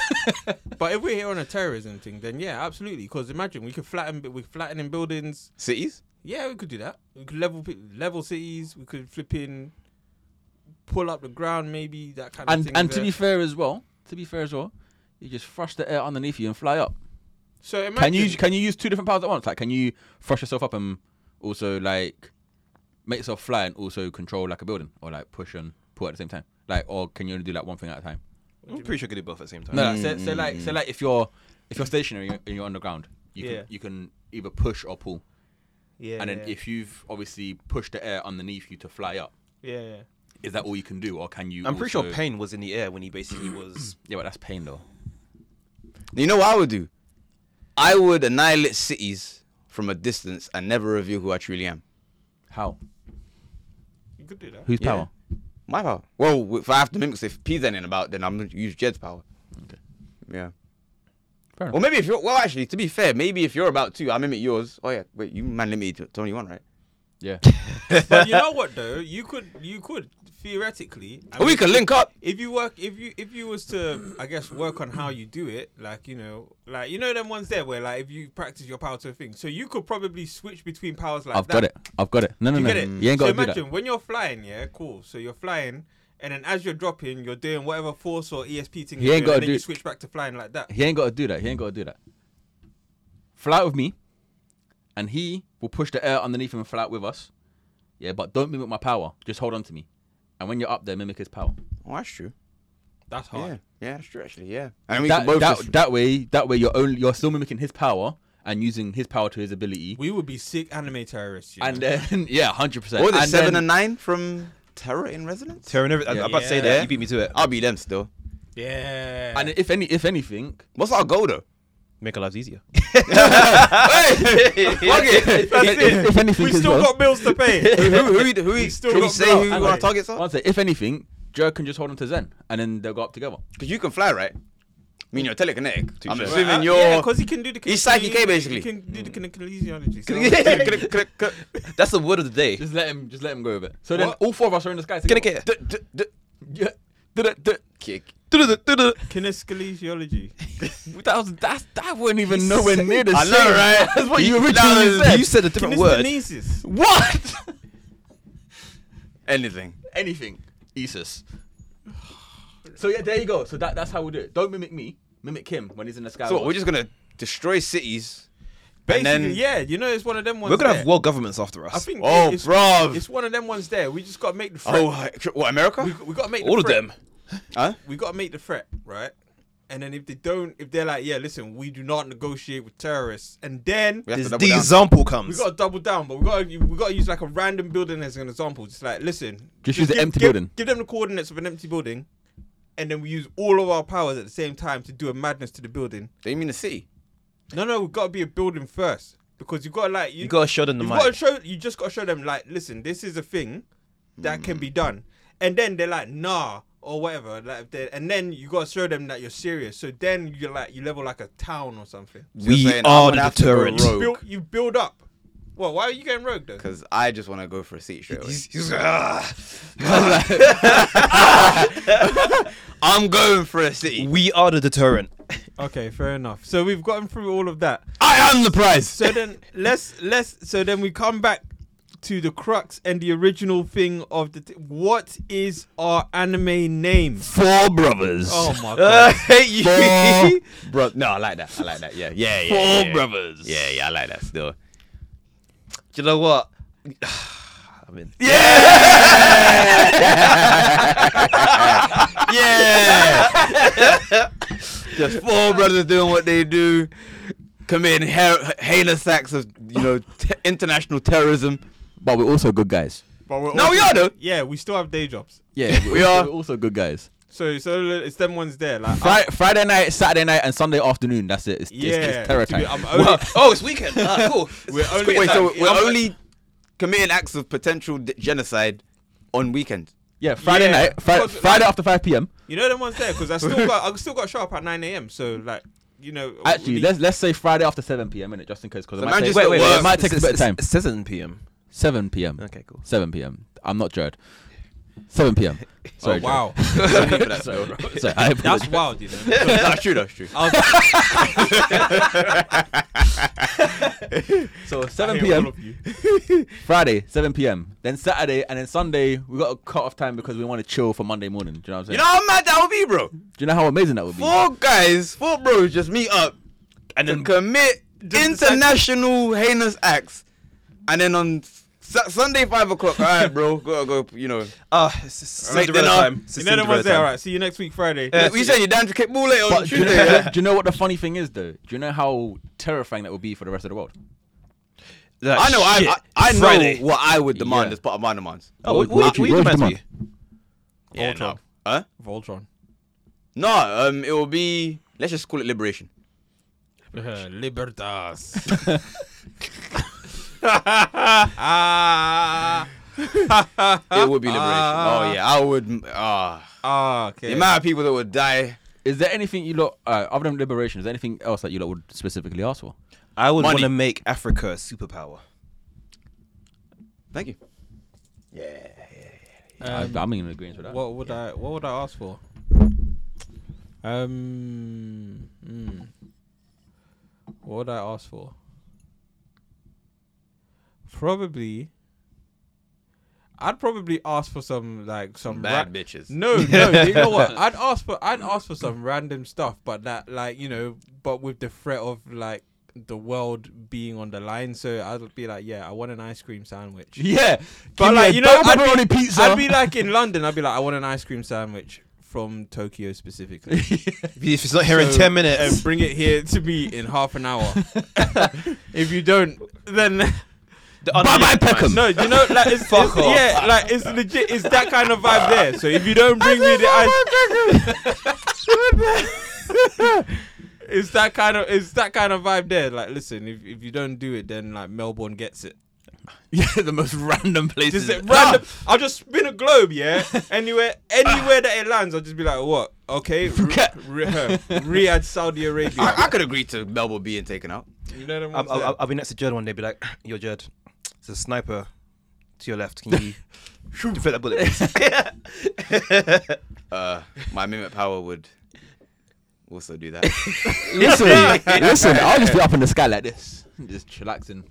Speaker 5: but if we're here on a terrorism thing, then yeah, absolutely. Because imagine we could flatten we could flatten in buildings.
Speaker 2: Cities.
Speaker 5: Yeah, we could do that. We could level pe- level cities. We could flip in, pull up the ground, maybe that kind of
Speaker 3: and
Speaker 5: thing.
Speaker 3: and
Speaker 5: is
Speaker 3: to
Speaker 5: a-
Speaker 3: be fair as well, to be fair as well, you just thrush the air underneath you and fly up.
Speaker 5: so imagine,
Speaker 3: Can you can you use two different powers at once? Like, can you thrush yourself up and also like make yourself fly and also control like a building or like push and pull at the same time? Like, or can you only do like one thing at a time? Mm.
Speaker 4: I'm pretty sure I could do both at the same time.
Speaker 3: No, like, so, so like so like if you're if you're stationary and you're on the ground, you
Speaker 5: Yeah.
Speaker 3: can you can either push or pull.
Speaker 5: Yeah,
Speaker 3: and then
Speaker 5: yeah,
Speaker 3: if you've obviously pushed the air underneath you to fly up,
Speaker 5: yeah, yeah.
Speaker 3: is that all you can do, or can you?
Speaker 4: I'm pretty sure
Speaker 3: also-
Speaker 4: Payne was in the air when he [clears throat] basically was.
Speaker 3: Yeah, but that's pain though.
Speaker 2: You know what I would do? I would annihilate cities from a distance and never reveal who I truly am.
Speaker 3: How?
Speaker 5: you could do that.
Speaker 3: Whose power?
Speaker 2: My power. Well, if I have to mimic, if P's ain't in about, then I'm gonna use Jed's power.
Speaker 3: Okay.
Speaker 2: Yeah.
Speaker 3: Fair enough.
Speaker 2: Or maybe if you're well, actually, to be fair, maybe if you're about two, I mimic yours. Oh yeah, wait, you man limited to- to only one, right?
Speaker 3: Yeah.
Speaker 5: but you know what though? You could you could theoretically. I
Speaker 2: Or we
Speaker 5: mean,
Speaker 2: can link up.
Speaker 5: if you work if you if you was to I guess work on how you do it, like you know, like you know them ones there where like if you practice your power to a thing, so you could probably switch between powers like
Speaker 3: I've
Speaker 5: that.
Speaker 3: got it. I've got it. No, no,
Speaker 5: You
Speaker 3: no.
Speaker 5: get it?
Speaker 3: Mm-hmm. You ain't got
Speaker 5: so
Speaker 3: to do
Speaker 5: imagine
Speaker 3: that.
Speaker 5: when you're flying, yeah, cool. So you're flying, and then as you're dropping, you're doing whatever force or ESP thing.
Speaker 3: He
Speaker 5: you're
Speaker 3: ain't gotta
Speaker 5: doing, and then
Speaker 3: do-
Speaker 5: you switch back to flying like that.
Speaker 3: He ain't got to do that. He ain't got to do that. Fly out with me, and he will push the air underneath him and fly out with us. Yeah, but don't mimic my power. Just hold on to me. And when you're up there, mimic his power.
Speaker 2: Oh, that's true.
Speaker 5: That's
Speaker 2: Yeah,
Speaker 5: hard.
Speaker 2: yeah, that's true. Actually, yeah. And we
Speaker 3: That,
Speaker 2: can both.
Speaker 3: that,
Speaker 2: just-
Speaker 3: that way, that way, you're only you're still mimicking his power and using his power to his ability.
Speaker 5: We would be sick anime terrorists. You
Speaker 3: and uh,
Speaker 5: know?
Speaker 3: then [laughs] yeah, hundred percent.
Speaker 2: or the
Speaker 3: and
Speaker 2: seven
Speaker 3: then-
Speaker 2: and nine from Terror in Residence.
Speaker 4: Terror and everything. I'm about to say that.
Speaker 2: Yeah.
Speaker 4: You beat me to it.
Speaker 2: I'll be them still.
Speaker 5: yeah.
Speaker 3: and if any, if anything,
Speaker 2: What's our goal though?
Speaker 4: Make our lives easier. [laughs]
Speaker 2: hey, [laughs]
Speaker 3: [laughs]
Speaker 2: fuck it.
Speaker 5: That's
Speaker 3: if,
Speaker 5: it.
Speaker 3: if anything,
Speaker 5: we
Speaker 3: as
Speaker 5: still
Speaker 3: well-
Speaker 5: got bills
Speaker 3: [laughs]
Speaker 5: to
Speaker 2: who,
Speaker 5: pay.
Speaker 2: who, who, who,
Speaker 5: We still
Speaker 2: should we
Speaker 5: got
Speaker 2: say
Speaker 5: blood,
Speaker 2: who
Speaker 5: haven't
Speaker 2: our
Speaker 5: we?
Speaker 2: targets are?
Speaker 3: I'd say if anything, Joe can just hold on to Zen, and then they'll go up together.
Speaker 2: Because you can fly, right? I mean, you're telekinetic. I'm
Speaker 4: sure.
Speaker 2: assuming
Speaker 5: Uh,
Speaker 2: you're.
Speaker 5: yeah, because he can do the
Speaker 2: He's Psyche K,
Speaker 5: kinesiology-
Speaker 2: basically.
Speaker 5: He can do the
Speaker 3: Mm. [laughs]
Speaker 5: kinesiology. So
Speaker 2: [laughs] Click, click, click. [laughs]
Speaker 4: That's the word of the day.
Speaker 3: Just let him, just let him go with it. So then
Speaker 5: What?
Speaker 3: all four of us are in the sky.
Speaker 4: Gonna
Speaker 3: Together.
Speaker 4: [laughs] get.
Speaker 2: D- d- d-
Speaker 3: Yeah. Did it, did it.
Speaker 2: Kick.
Speaker 3: [laughs]
Speaker 5: kinesiology.
Speaker 3: That was that's that wasn't even nowhere near the
Speaker 2: I
Speaker 3: same.
Speaker 2: know, right?
Speaker 3: [laughs] That's what you
Speaker 2: He-
Speaker 3: originally
Speaker 2: that was-
Speaker 3: said.
Speaker 4: You said a different word.
Speaker 5: Kinesis.
Speaker 3: what?
Speaker 2: Anything.
Speaker 3: Anything. Isis. [sighs] So yeah, there you go. So that, that's how we do it. Don't mimic me. Mimic him when he's in the sky.
Speaker 2: So
Speaker 3: with
Speaker 2: what, we're
Speaker 3: us.
Speaker 2: just gonna destroy cities.
Speaker 5: Basically,
Speaker 2: then-
Speaker 5: yeah, you know, it's one of them ones.
Speaker 4: We're gonna
Speaker 5: there.
Speaker 4: have world governments after us.
Speaker 5: I think
Speaker 2: Oh,
Speaker 5: it's,
Speaker 2: bruv.
Speaker 5: it's one of them ones there. We just gotta make the threat.
Speaker 2: Oh, what America?
Speaker 5: we, we gotta make the
Speaker 4: all of
Speaker 5: threat.
Speaker 4: them.
Speaker 2: Huh?
Speaker 5: We gotta make the threat, right? And then if they don't, if they're like, yeah, listen, we do not negotiate with terrorists, and then
Speaker 2: We have to
Speaker 4: This
Speaker 2: double down.
Speaker 4: example
Speaker 5: we
Speaker 4: comes.
Speaker 5: got to double down, but we got to we got to use like a random building as an example. Just like, listen,
Speaker 3: Just use an empty
Speaker 5: give-
Speaker 3: building.
Speaker 5: Give them the coordinates of an empty building, and then we use all of our powers at the same time to do a madness to the building.
Speaker 2: They mean the city.
Speaker 5: No, no, we've got to be a building first because you got to like you,
Speaker 4: You gotta show them the
Speaker 5: you've got to
Speaker 4: mic.
Speaker 5: show you just got to show them like, listen, this is a thing that can be done, and then they're like, nah. Or whatever, like, if they- and then you gotta show them that you're serious. So then you like you level like a town or something.
Speaker 2: So
Speaker 4: We
Speaker 2: you're saying,
Speaker 4: are
Speaker 2: I'm
Speaker 4: the
Speaker 2: gonna have to go
Speaker 4: deterrent.
Speaker 2: rogue,
Speaker 5: Build, you build up. Well, why are you getting rogue though?
Speaker 2: Cause I just want to go for a seat straight away.
Speaker 4: He's- he's like, "Ah,
Speaker 2: [laughs] I'm going for a city.
Speaker 4: we are the deterrent.
Speaker 5: [laughs] Okay, fair enough. So we've gotten through all of that.
Speaker 2: I am the prize.
Speaker 5: So then [laughs] let's let's so then we come back to the crux and the original thing of the t- what is our anime name?
Speaker 3: Four brothers.
Speaker 5: Oh
Speaker 4: [laughs]
Speaker 5: my god.
Speaker 2: Four bro. No, I like that. I like that. Yeah, yeah, yeah. yeah, yeah.
Speaker 3: brothers.
Speaker 2: Yeah, yeah, I like that still.
Speaker 4: Do you
Speaker 2: [sighs]
Speaker 4: know what? I mean, [laughs]
Speaker 2: Yeah. Just four brothers doing what they do, committing her- heinous acts of you know t- international terrorism.
Speaker 3: But we're also good guys.
Speaker 5: But we're
Speaker 2: No,
Speaker 5: also-
Speaker 2: we are though.
Speaker 5: Yeah, we still have day jobs.
Speaker 3: Yeah, [laughs]
Speaker 2: we
Speaker 3: we're
Speaker 2: are.
Speaker 3: also- we're also good guys.
Speaker 5: So so it's them ones there like I-
Speaker 3: Fri- Friday night, Saturday night, and Sunday afternoon. That's it. It's, it's-
Speaker 5: yeah.
Speaker 3: it's, terror time.
Speaker 5: I'm only,
Speaker 4: well, oh, it's weekend. Ah, cool.
Speaker 5: we're only
Speaker 2: Wait, so
Speaker 5: like,
Speaker 2: we're
Speaker 5: I'm-
Speaker 2: only committing acts of potential d- genocide on weekends.
Speaker 3: yeah, Friday
Speaker 5: Yeah.
Speaker 3: night, Fri-
Speaker 5: Because, like-
Speaker 3: Friday after 5 p.m.
Speaker 5: You know them ones there cuz I still got I still got to show up at 9 a.m. so like you know
Speaker 3: Actually,
Speaker 5: we-
Speaker 3: let's let's say Friday after 7 p.m. innit? just in case. Because
Speaker 2: So
Speaker 3: it,
Speaker 2: man
Speaker 3: might take,
Speaker 2: just Wait, wait, got wait,
Speaker 3: it might take a bit of time.
Speaker 4: It's 7 p.m.
Speaker 3: 7 p.m.
Speaker 4: Okay, cool.
Speaker 3: 7 p.m. I'm not Jared. 7 p.m. Sorry,
Speaker 5: [laughs] Oh, wow. [laughs]
Speaker 3: Jared. [laughs] Sorry, Sorry, I
Speaker 5: That's
Speaker 3: apologize.
Speaker 5: wild, you know.
Speaker 2: [laughs] that's true. That's true.
Speaker 5: I was-
Speaker 3: So
Speaker 5: I
Speaker 3: 7
Speaker 5: hear all
Speaker 3: p.m.
Speaker 5: of you.
Speaker 3: Friday, 7 p.m. Then Saturday and then Sunday, we got a cut off time because we want to chill for Monday morning. Do you know what I'm saying?
Speaker 2: You know how mad that would be, bro.
Speaker 3: Do you know how amazing that would be?
Speaker 2: Four guys, four bros, just meet up and
Speaker 4: And then
Speaker 2: commit
Speaker 5: Just
Speaker 2: international heinous acts, and then on Su- Sunday five o'clock, all right, bro, gotta go. You know,
Speaker 4: Ah, it's it's
Speaker 2: Alright,
Speaker 4: Cinderella
Speaker 2: dinner.
Speaker 4: time. It's
Speaker 5: You know them ones
Speaker 4: Cinderella
Speaker 5: there,
Speaker 4: time.
Speaker 5: alright. See you next week Friday.
Speaker 2: we said you're down to kickball later on
Speaker 3: But do you, know,
Speaker 2: Tuesday. yeah?
Speaker 3: do you know what the funny thing is, though? Do you know how terrifying that would be for the rest of the world?
Speaker 4: Like,
Speaker 2: I know.
Speaker 4: shit.
Speaker 2: I, I, I know
Speaker 4: Friday.
Speaker 2: what I would demand
Speaker 3: Yeah.
Speaker 2: as part of my demands.
Speaker 4: Oh, what,
Speaker 3: What would
Speaker 4: what,
Speaker 3: you-
Speaker 4: what,
Speaker 3: what would
Speaker 4: what
Speaker 3: you
Speaker 4: you
Speaker 2: Yeah, no.
Speaker 5: Voltron.
Speaker 2: Huh?
Speaker 4: [laughs]
Speaker 5: Voltron.
Speaker 2: No. Um, it will be. Let's just call it liberation.
Speaker 5: Libertas. ah,
Speaker 2: It would be liberation. oh yeah, I would. Ah,
Speaker 5: ah,
Speaker 2: the
Speaker 5: okay.
Speaker 2: amount of people that would die.
Speaker 3: Is there anything you lot, uh, other than liberation, is there anything else that you lot would specifically ask for?
Speaker 4: I would
Speaker 2: Money.
Speaker 4: want to make Africa a superpower.
Speaker 2: Thank you.
Speaker 5: Um,
Speaker 3: I, I'm in agreement with that.
Speaker 5: what would I? What would I ask for? Um, mm. what would I ask for? Probably. I'd probably ask for some like some
Speaker 2: Bad
Speaker 5: ra-
Speaker 2: bitches.
Speaker 5: No, no, you know what? I'd ask for I'd ask for some random stuff, but that like you know, but with the threat of like the world being on the line, so I'd be like, yeah, I want an ice cream
Speaker 3: [laughs]
Speaker 5: sandwich.
Speaker 3: Yeah,
Speaker 5: But
Speaker 3: Give me
Speaker 5: like
Speaker 3: a
Speaker 5: you know,
Speaker 3: double
Speaker 5: I'd be,
Speaker 3: pepperoni pizza.
Speaker 5: I'd be like in London, I'd be like, I want an ice cream sandwich from Tokyo specifically.
Speaker 4: If it's not here in
Speaker 5: So-
Speaker 4: 10
Speaker 5: and
Speaker 4: minutes,
Speaker 5: bring it here to me in half an hour. if you don't, then
Speaker 3: Bye-bye, Peckham.
Speaker 5: no, you know, like it's, it's-
Speaker 4: Fuck off.
Speaker 5: yeah, like it's legit. It's that kind of vibe there. So if you don't bring me the ice, [laughs] it's that kind of it's that kind of vibe there. Like, listen, if if you don't do it, then like Melbourne gets it.
Speaker 3: [laughs] yeah, the most random places.
Speaker 5: Just a random. I'll just spin a globe, [laughs] yeah. Anywhere, anywhere that it lands, I'll just be like, what? Okay, Ri- Ri- Riyadh, Saudi [laughs] Arabia.
Speaker 2: I, I could agree to Melbourne being taken out.
Speaker 5: You know them
Speaker 4: I'll,
Speaker 5: ones there?
Speaker 4: I'll, I'll be next to Jed one day. Be like, [clears throat] "Yo, Jed, it's a sniper to your left. Can
Speaker 5: [laughs]
Speaker 4: you deflect that bullet?" please?"
Speaker 2: Uh, my mimic power would also do [laughs] that.
Speaker 3: [laughs] listen, listen, I'll just be up in the sky like this, [laughs] just
Speaker 5: [laughs]
Speaker 3: chillaxing.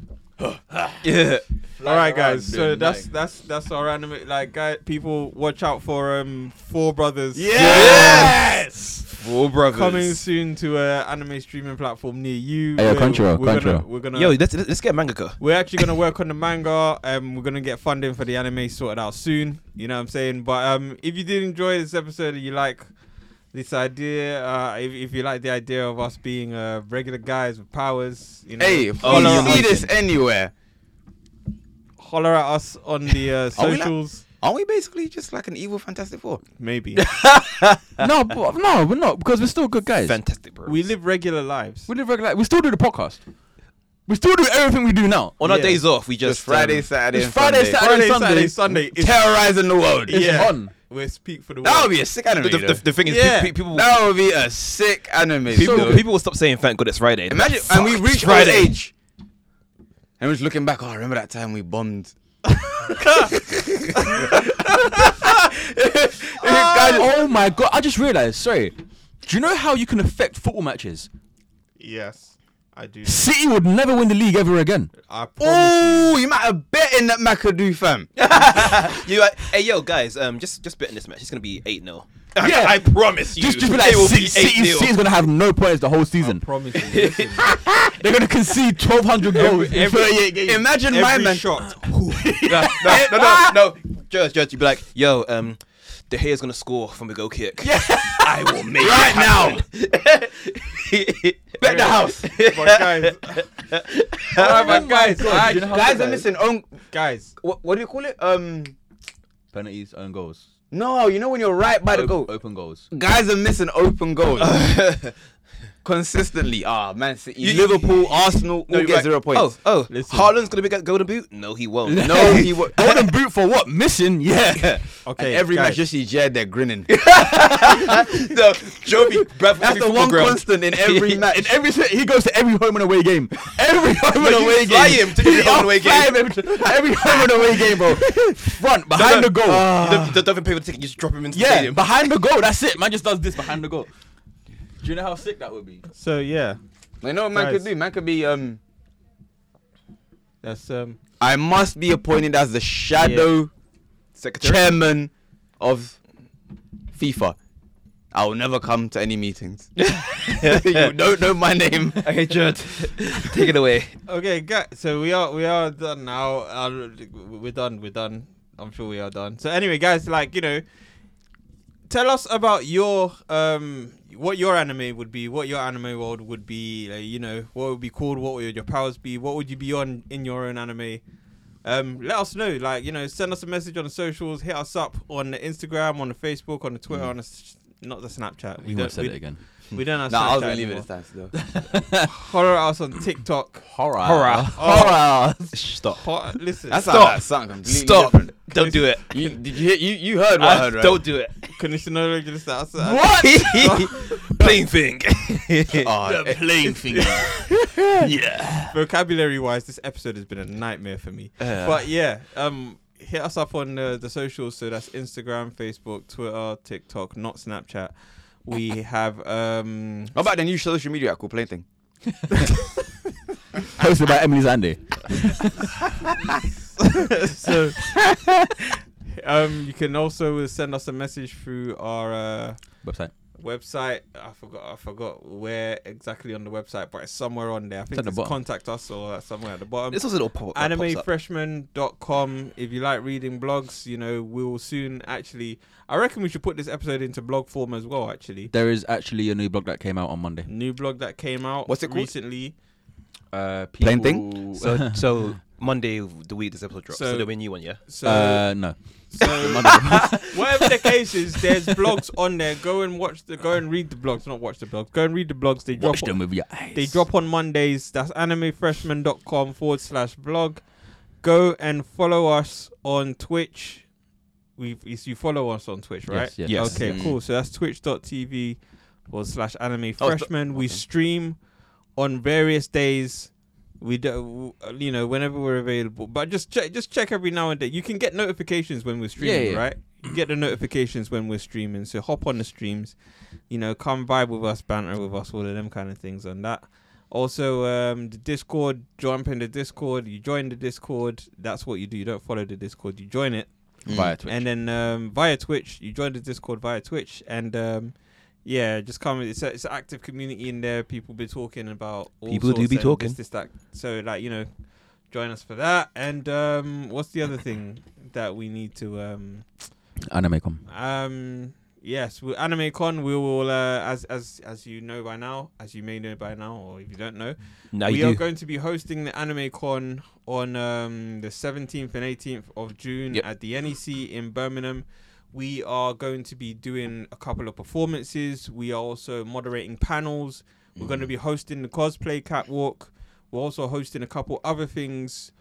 Speaker 2: yeah.
Speaker 5: all right,
Speaker 2: around
Speaker 5: guys. So
Speaker 2: doing
Speaker 5: that's
Speaker 2: like-
Speaker 5: that's that's our anime. Like, guy, people, watch out for um Four Brothers.
Speaker 2: Four brothers.
Speaker 5: coming soon to an anime streaming platform near you.
Speaker 3: Hey, yo,
Speaker 5: We're-
Speaker 3: Contra,
Speaker 5: we're
Speaker 3: Contra.
Speaker 5: Gonna, we're gonna.
Speaker 4: Yo, let's, let's get a mangaka.
Speaker 5: we're actually gonna work on the manga. Um, we're gonna get funding for the anime sorted out soon. You know what I'm saying? But um, if you did enjoy this episode and you like this idea, uh, if, if you like the idea of us being uh, regular guys with powers, you know,
Speaker 2: Hey, if
Speaker 5: holler,
Speaker 2: you
Speaker 5: at
Speaker 2: see
Speaker 5: us,
Speaker 2: this anywhere,
Speaker 5: holler at us on the uh,
Speaker 2: Are we like-
Speaker 5: socials.
Speaker 2: aren't we basically just like an evil Fantastic Four?
Speaker 5: Maybe
Speaker 3: no, but, no, we're not because we're still good guys.
Speaker 4: Fantastic, bro.
Speaker 5: we live regular lives.
Speaker 3: we live regular. We still do the podcast. We still do everything we do now.
Speaker 4: on our
Speaker 5: Yeah.
Speaker 4: days off. We
Speaker 2: Just,
Speaker 4: just
Speaker 2: Friday,
Speaker 4: um,
Speaker 2: Saturday,
Speaker 3: It's
Speaker 2: and
Speaker 3: Friday,
Speaker 2: Sunday.
Speaker 3: Saturday, Sunday.
Speaker 5: Friday, Sunday, Sunday. It's,
Speaker 2: terrorizing the world.
Speaker 3: It's
Speaker 5: Yeah.
Speaker 3: on.
Speaker 5: we speak for the
Speaker 2: [laughs] That would
Speaker 5: world.
Speaker 2: be a sick anime.
Speaker 4: the, the,
Speaker 2: though.
Speaker 4: the thing is,
Speaker 5: Yeah.
Speaker 4: pe- pe- people,
Speaker 2: that would be a sick anime.
Speaker 4: people,
Speaker 2: though.
Speaker 4: people will stop saying thank God it's Friday. They're
Speaker 2: Imagine,
Speaker 4: like,
Speaker 2: and we
Speaker 4: "Fuck,
Speaker 2: reach
Speaker 4: it's
Speaker 2: old
Speaker 4: Friday.
Speaker 2: age. And we're just looking back. Oh, I remember that time we bombed.
Speaker 3: oh my god! I just realized. Sorry. Do you know how you can affect football matches?
Speaker 5: Yes, I do.
Speaker 3: City would never win the league ever again.
Speaker 5: I promise.
Speaker 2: Oh, you might have bet in that McAdoo fam.
Speaker 4: You like, hey yo guys, um, just just bet in this match. It's gonna be
Speaker 2: [laughs]
Speaker 4: eight 0
Speaker 3: Yeah.
Speaker 4: I promise you.
Speaker 3: Just, just be like,
Speaker 4: it will
Speaker 3: City,
Speaker 4: be eight
Speaker 3: City,
Speaker 4: 0
Speaker 3: City's gonna have no points the whole season.
Speaker 5: Promise you. Listen,
Speaker 3: They're gonna concede 1,200 goals in
Speaker 2: [laughs]
Speaker 5: every-
Speaker 3: 38 games.
Speaker 2: Imagine my
Speaker 5: every
Speaker 2: man.
Speaker 5: shot.
Speaker 4: no, [laughs] no, no, no, no. Judge, judge, you'd be like, yo, um, De Gea's gonna score from a goal kick. [laughs] Yeah. I will make
Speaker 2: Right now. [laughs]
Speaker 4: it.
Speaker 2: Bet the house.
Speaker 5: But guys,
Speaker 3: Oh my
Speaker 5: but guys,
Speaker 3: God,
Speaker 5: I-
Speaker 3: do you know how
Speaker 2: Guys
Speaker 3: good
Speaker 2: are
Speaker 3: that is?
Speaker 2: missing own.
Speaker 5: guys,
Speaker 2: What, what do you call it? Um,
Speaker 3: penalties, own goals,
Speaker 2: no, you know when you're right by the
Speaker 3: Op-
Speaker 2: goal.
Speaker 3: open goals.
Speaker 2: Guys are missing open goals [laughs] consistently. Ah, Man City,
Speaker 4: Uh. You-
Speaker 2: Liverpool, Arsenal, all
Speaker 4: you're
Speaker 2: get
Speaker 4: like,
Speaker 2: zero points.
Speaker 4: Oh, oh,
Speaker 5: Listen.
Speaker 4: Haaland's gonna get golden boot? [laughs] No, he won't.
Speaker 3: [laughs]
Speaker 2: No, he wa-
Speaker 3: Golden boot for what? Missing? [laughs] Yeah.
Speaker 2: And
Speaker 5: okay,
Speaker 2: every
Speaker 5: guys,
Speaker 2: match, just see Jared there grinning.
Speaker 4: [laughs] no, Joby, bruv,
Speaker 2: That's the one constant
Speaker 3: [laughs]
Speaker 2: in every match.
Speaker 3: In every he goes to every home and away game. [laughs] Every home and
Speaker 4: you
Speaker 3: away
Speaker 4: fly
Speaker 3: game. [laughs]
Speaker 4: him to the
Speaker 3: He-
Speaker 4: home and
Speaker 3: I'll
Speaker 4: away
Speaker 3: fly
Speaker 4: game.
Speaker 3: him every- Every home and away game, bro. [laughs] Front behind the goal.
Speaker 2: Ah.
Speaker 4: don't, don't even pay for the ticket. You just drop him into the
Speaker 3: yeah,
Speaker 4: stadium.
Speaker 3: behind the goal. That's it. Man just does this behind the goal. Do you know how sick that would be?
Speaker 5: So yeah,
Speaker 2: You know what man could
Speaker 5: Guys.
Speaker 2: do? Man could be um.
Speaker 5: that's um.
Speaker 2: I must be appointed as the shadow
Speaker 4: Secretary.
Speaker 2: chairman of FIFA. I will never come to
Speaker 3: [laughs]
Speaker 2: any meetings. you don't know my name.
Speaker 4: Okay, Judd,
Speaker 2: [laughs]
Speaker 4: take it away.
Speaker 5: Okay, guys. So we are we are done now. Uh, we're done. We're done. I'm sure we are done. So anyway, guys, like you know, tell us about your um what your anime would be, what your anime world would be. Like, you know, what would be called, what would your powers be, what would you be on in your own anime. Um, let us know. Like you know, send us a message on the socials. Hit us up on the Instagram, on the Facebook, on the
Speaker 2: Mm.
Speaker 5: Twitter, on the s- not the Snapchat. We don't.
Speaker 3: said
Speaker 5: we,
Speaker 3: it again.
Speaker 5: we don't have
Speaker 2: Nah, I was
Speaker 5: Snapchat
Speaker 2: gonna leave it
Speaker 5: anymore.
Speaker 2: this time. Still.
Speaker 5: Horror us on TikTok.
Speaker 3: Horror.
Speaker 4: Horror.
Speaker 3: Horror.
Speaker 4: [laughs] Stop.
Speaker 5: Hor- listen.
Speaker 2: That's
Speaker 4: Stop.
Speaker 2: Like something completely
Speaker 4: Stop.
Speaker 2: different.
Speaker 4: Don't do it.
Speaker 2: You, did you hear? You, you heard what I,
Speaker 4: Uh,
Speaker 2: heard, right?
Speaker 4: Don't do it.
Speaker 5: Conditioner just outside.
Speaker 3: What?
Speaker 4: Plain [laughs] thing.
Speaker 2: Oh, eh,
Speaker 4: [laughs]
Speaker 3: plain thing. yeah.
Speaker 5: Vocabulary wise, this episode has been a nightmare for me. But yeah, um, hit us up on uh, the socials. So that's Instagram, Facebook, Twitter, TikTok, not Snapchat.
Speaker 4: [laughs]
Speaker 5: We have um,
Speaker 2: How about the new social media called Plain Thing?
Speaker 3: [laughs] Hosted by Emily Zande.
Speaker 4: [laughs]
Speaker 5: so um, you can also send us a message through our uh,
Speaker 3: Website.
Speaker 5: website. I forgot, I forgot where exactly on the website, but it's somewhere on there. I think
Speaker 3: at the
Speaker 5: it's
Speaker 3: bottom.
Speaker 5: contact us or uh, somewhere at the bottom.
Speaker 4: This was a little pop. that pops up.
Speaker 5: animefreshman.com if you like reading blogs you know we will soon actually i reckon we should put this episode into blog form as well actually
Speaker 3: There is actually a new blog that came out on Monday.
Speaker 5: new blog that came out
Speaker 2: What's it called?
Speaker 5: recently
Speaker 3: Uh,
Speaker 2: Plain thing?
Speaker 3: people-
Speaker 4: So, so [laughs] Monday, the week this episode drops. So,
Speaker 5: So-
Speaker 4: there'll be a new one, yeah.
Speaker 5: so,
Speaker 3: uh, no.
Speaker 5: [laughs] so whatever the case is there's blogs on there go and watch the go and read the blogs not watch the blogs go and read the blogs they drop
Speaker 3: Watch them with your eyes.
Speaker 5: They drop on Mondays. That's animefreshman.com forward slash blog. Go and follow us on Twitch. We've, is- you follow us on Twitch, right?
Speaker 3: Yes, yes.
Speaker 4: Yes.
Speaker 5: Okay,
Speaker 2: Mm.
Speaker 5: cool. So that's twitch.tv forward slash anime
Speaker 2: Oh, it's
Speaker 5: freshman. We stream on various days. We do, you know, whenever we're available. But just check, just check every now and then. You can get notifications when we're streaming,
Speaker 3: yeah.
Speaker 5: right? You get the notifications when we're streaming. So hop on the streams, you know, come vibe with us, banter with us, all of them kind of things on that. Also, um, the Discord, jump in the Discord. You join the Discord. That's what you do. You don't follow the Discord. You join it
Speaker 2: mm.
Speaker 3: via Twitch.
Speaker 5: and then um, via Twitch, you join the Discord via Twitch, and um, yeah, just come. It's, a, it's an active community in there. People be talking about all
Speaker 4: People do
Speaker 5: sorts
Speaker 4: be
Speaker 5: and
Speaker 4: talking.
Speaker 5: This, this, that. So like you know, join us for that. And um, what's the other thing that we need to um
Speaker 3: Anime com.
Speaker 5: um Yes, with Anime Con, we will, uh, as as as you know by now, as you may know by now, or if you don't know,
Speaker 4: Now
Speaker 5: we
Speaker 4: you
Speaker 5: are
Speaker 4: do.
Speaker 5: going to be hosting the Anime Con on um, the 17th and 18th of June
Speaker 4: Yep.
Speaker 5: at the NEC in Birmingham. We are going to be doing a couple of performances. We are also moderating panels. We're going to be hosting the cosplay catwalk. We're also hosting a couple other things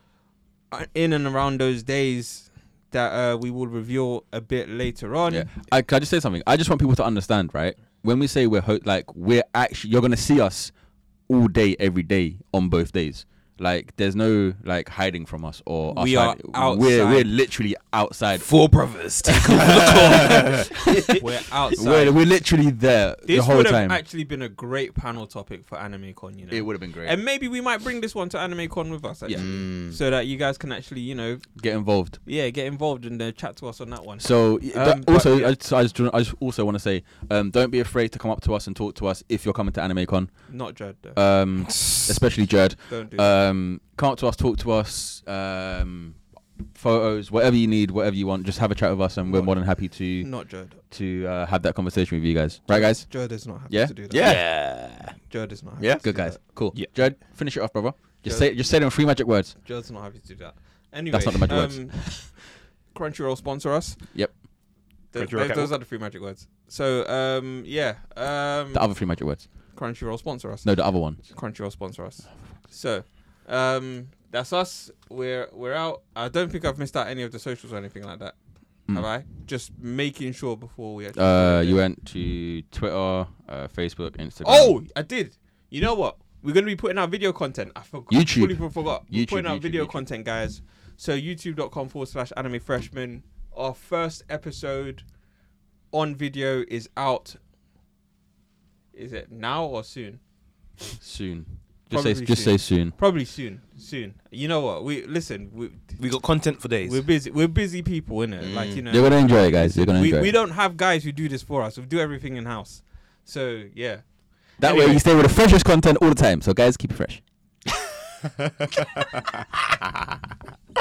Speaker 5: uh, in and around those days that uh, we will reveal a bit later on. [laughs]
Speaker 3: Yeah. I, can I just say something? I just want people to understand, right? When we say we're ho- like we're actually, you're gonna see us all day, every day, on both days. Like, there's no like hiding from us or us
Speaker 5: We are
Speaker 3: hiding- We're we're
Speaker 5: outside.
Speaker 3: literally outside.
Speaker 4: Four brothers. Take over.
Speaker 5: [laughs] We're
Speaker 4: [laughs]
Speaker 5: outside.
Speaker 3: We're, we're literally there the
Speaker 5: this
Speaker 3: whole
Speaker 5: would have
Speaker 3: time.
Speaker 5: actually been a great panel topic for Anime Con, you know.
Speaker 3: it would have been great.
Speaker 5: And maybe we might bring this one to Anime Con with us, actually,
Speaker 3: Yeah.
Speaker 2: Mm.
Speaker 3: Mm.
Speaker 5: so that you guys can actually, you know,
Speaker 3: Get involved.
Speaker 5: yeah, get involved and uh, chat to us on that one.
Speaker 3: So y-
Speaker 5: Um,
Speaker 3: that-
Speaker 5: but
Speaker 3: also,
Speaker 5: yeah.
Speaker 3: I, just, I, just, I just also want to say, um, don't be afraid to come up to us and talk to us if you're coming to AnimeCon,
Speaker 5: Not Jad, though.
Speaker 3: um, especially Jerd.
Speaker 5: Don't do that.
Speaker 3: Um, come up to us, talk to us, um, photos, whatever you need, whatever you want. Just have a chat with us, and we're more than happy to
Speaker 5: Not Jad.
Speaker 3: to uh, have that conversation with you guys. Right, guys?
Speaker 5: Jad is not happy
Speaker 3: Yeah?
Speaker 5: to do that.
Speaker 2: Yeah.
Speaker 5: Jad is not happy.
Speaker 2: Yeah?
Speaker 5: to
Speaker 3: Good
Speaker 5: do
Speaker 3: guys.
Speaker 5: that.
Speaker 3: Cool.
Speaker 4: Yeah.
Speaker 3: Jerd, finish it off, brother. Just
Speaker 5: Jerd.
Speaker 3: say just say them three magic words.
Speaker 5: Jad's not happy to do that. Anyway,
Speaker 3: That's not the magic words.
Speaker 5: um, Crunchyroll sponsor us.
Speaker 3: Yep.
Speaker 5: Th-
Speaker 4: Crunchyroll
Speaker 5: th- those
Speaker 4: catwalk.
Speaker 5: are the three magic words. So, um, yeah, um,
Speaker 3: The other three magic words.
Speaker 5: Crunchyroll sponsor us.
Speaker 3: No, the other one.
Speaker 5: Crunchyroll sponsor us. So, um, that's us. We're we're out. I don't think I've missed out any of the socials or anything like that.
Speaker 3: Mm.
Speaker 5: Have I? Just making sure before we. Actually
Speaker 3: Uh,
Speaker 5: do
Speaker 3: you
Speaker 5: it.
Speaker 3: went to Twitter, uh, Facebook, Instagram.
Speaker 5: Oh, I did. You know what? We're gonna be putting out video content. I forgot.
Speaker 3: YouTube.
Speaker 5: Fully forgot. We're
Speaker 3: YouTube,
Speaker 5: putting out
Speaker 3: YouTube,
Speaker 5: video
Speaker 3: YouTube.
Speaker 5: content, guys. So YouTube.com forward slash Anime Freshman. Our first episode on video is out. Is it now or soon?
Speaker 3: soon. Just say
Speaker 5: Probably
Speaker 3: just say
Speaker 5: soon.
Speaker 3: soon.
Speaker 5: Probably soon. Soon. You know what? We listen. We
Speaker 4: we got content for days.
Speaker 5: We're busy. We're busy people, innit? Like you know,
Speaker 3: You're gonna enjoy it, guys. You're gonna
Speaker 5: we,
Speaker 3: enjoy
Speaker 5: we
Speaker 3: it.
Speaker 5: don't have guys who do this for us. We do everything in house. So yeah,
Speaker 3: That way
Speaker 5: anyway.
Speaker 3: you stay with the freshest
Speaker 5: [laughs]
Speaker 3: content all the time. So guys, keep it fresh. [laughs]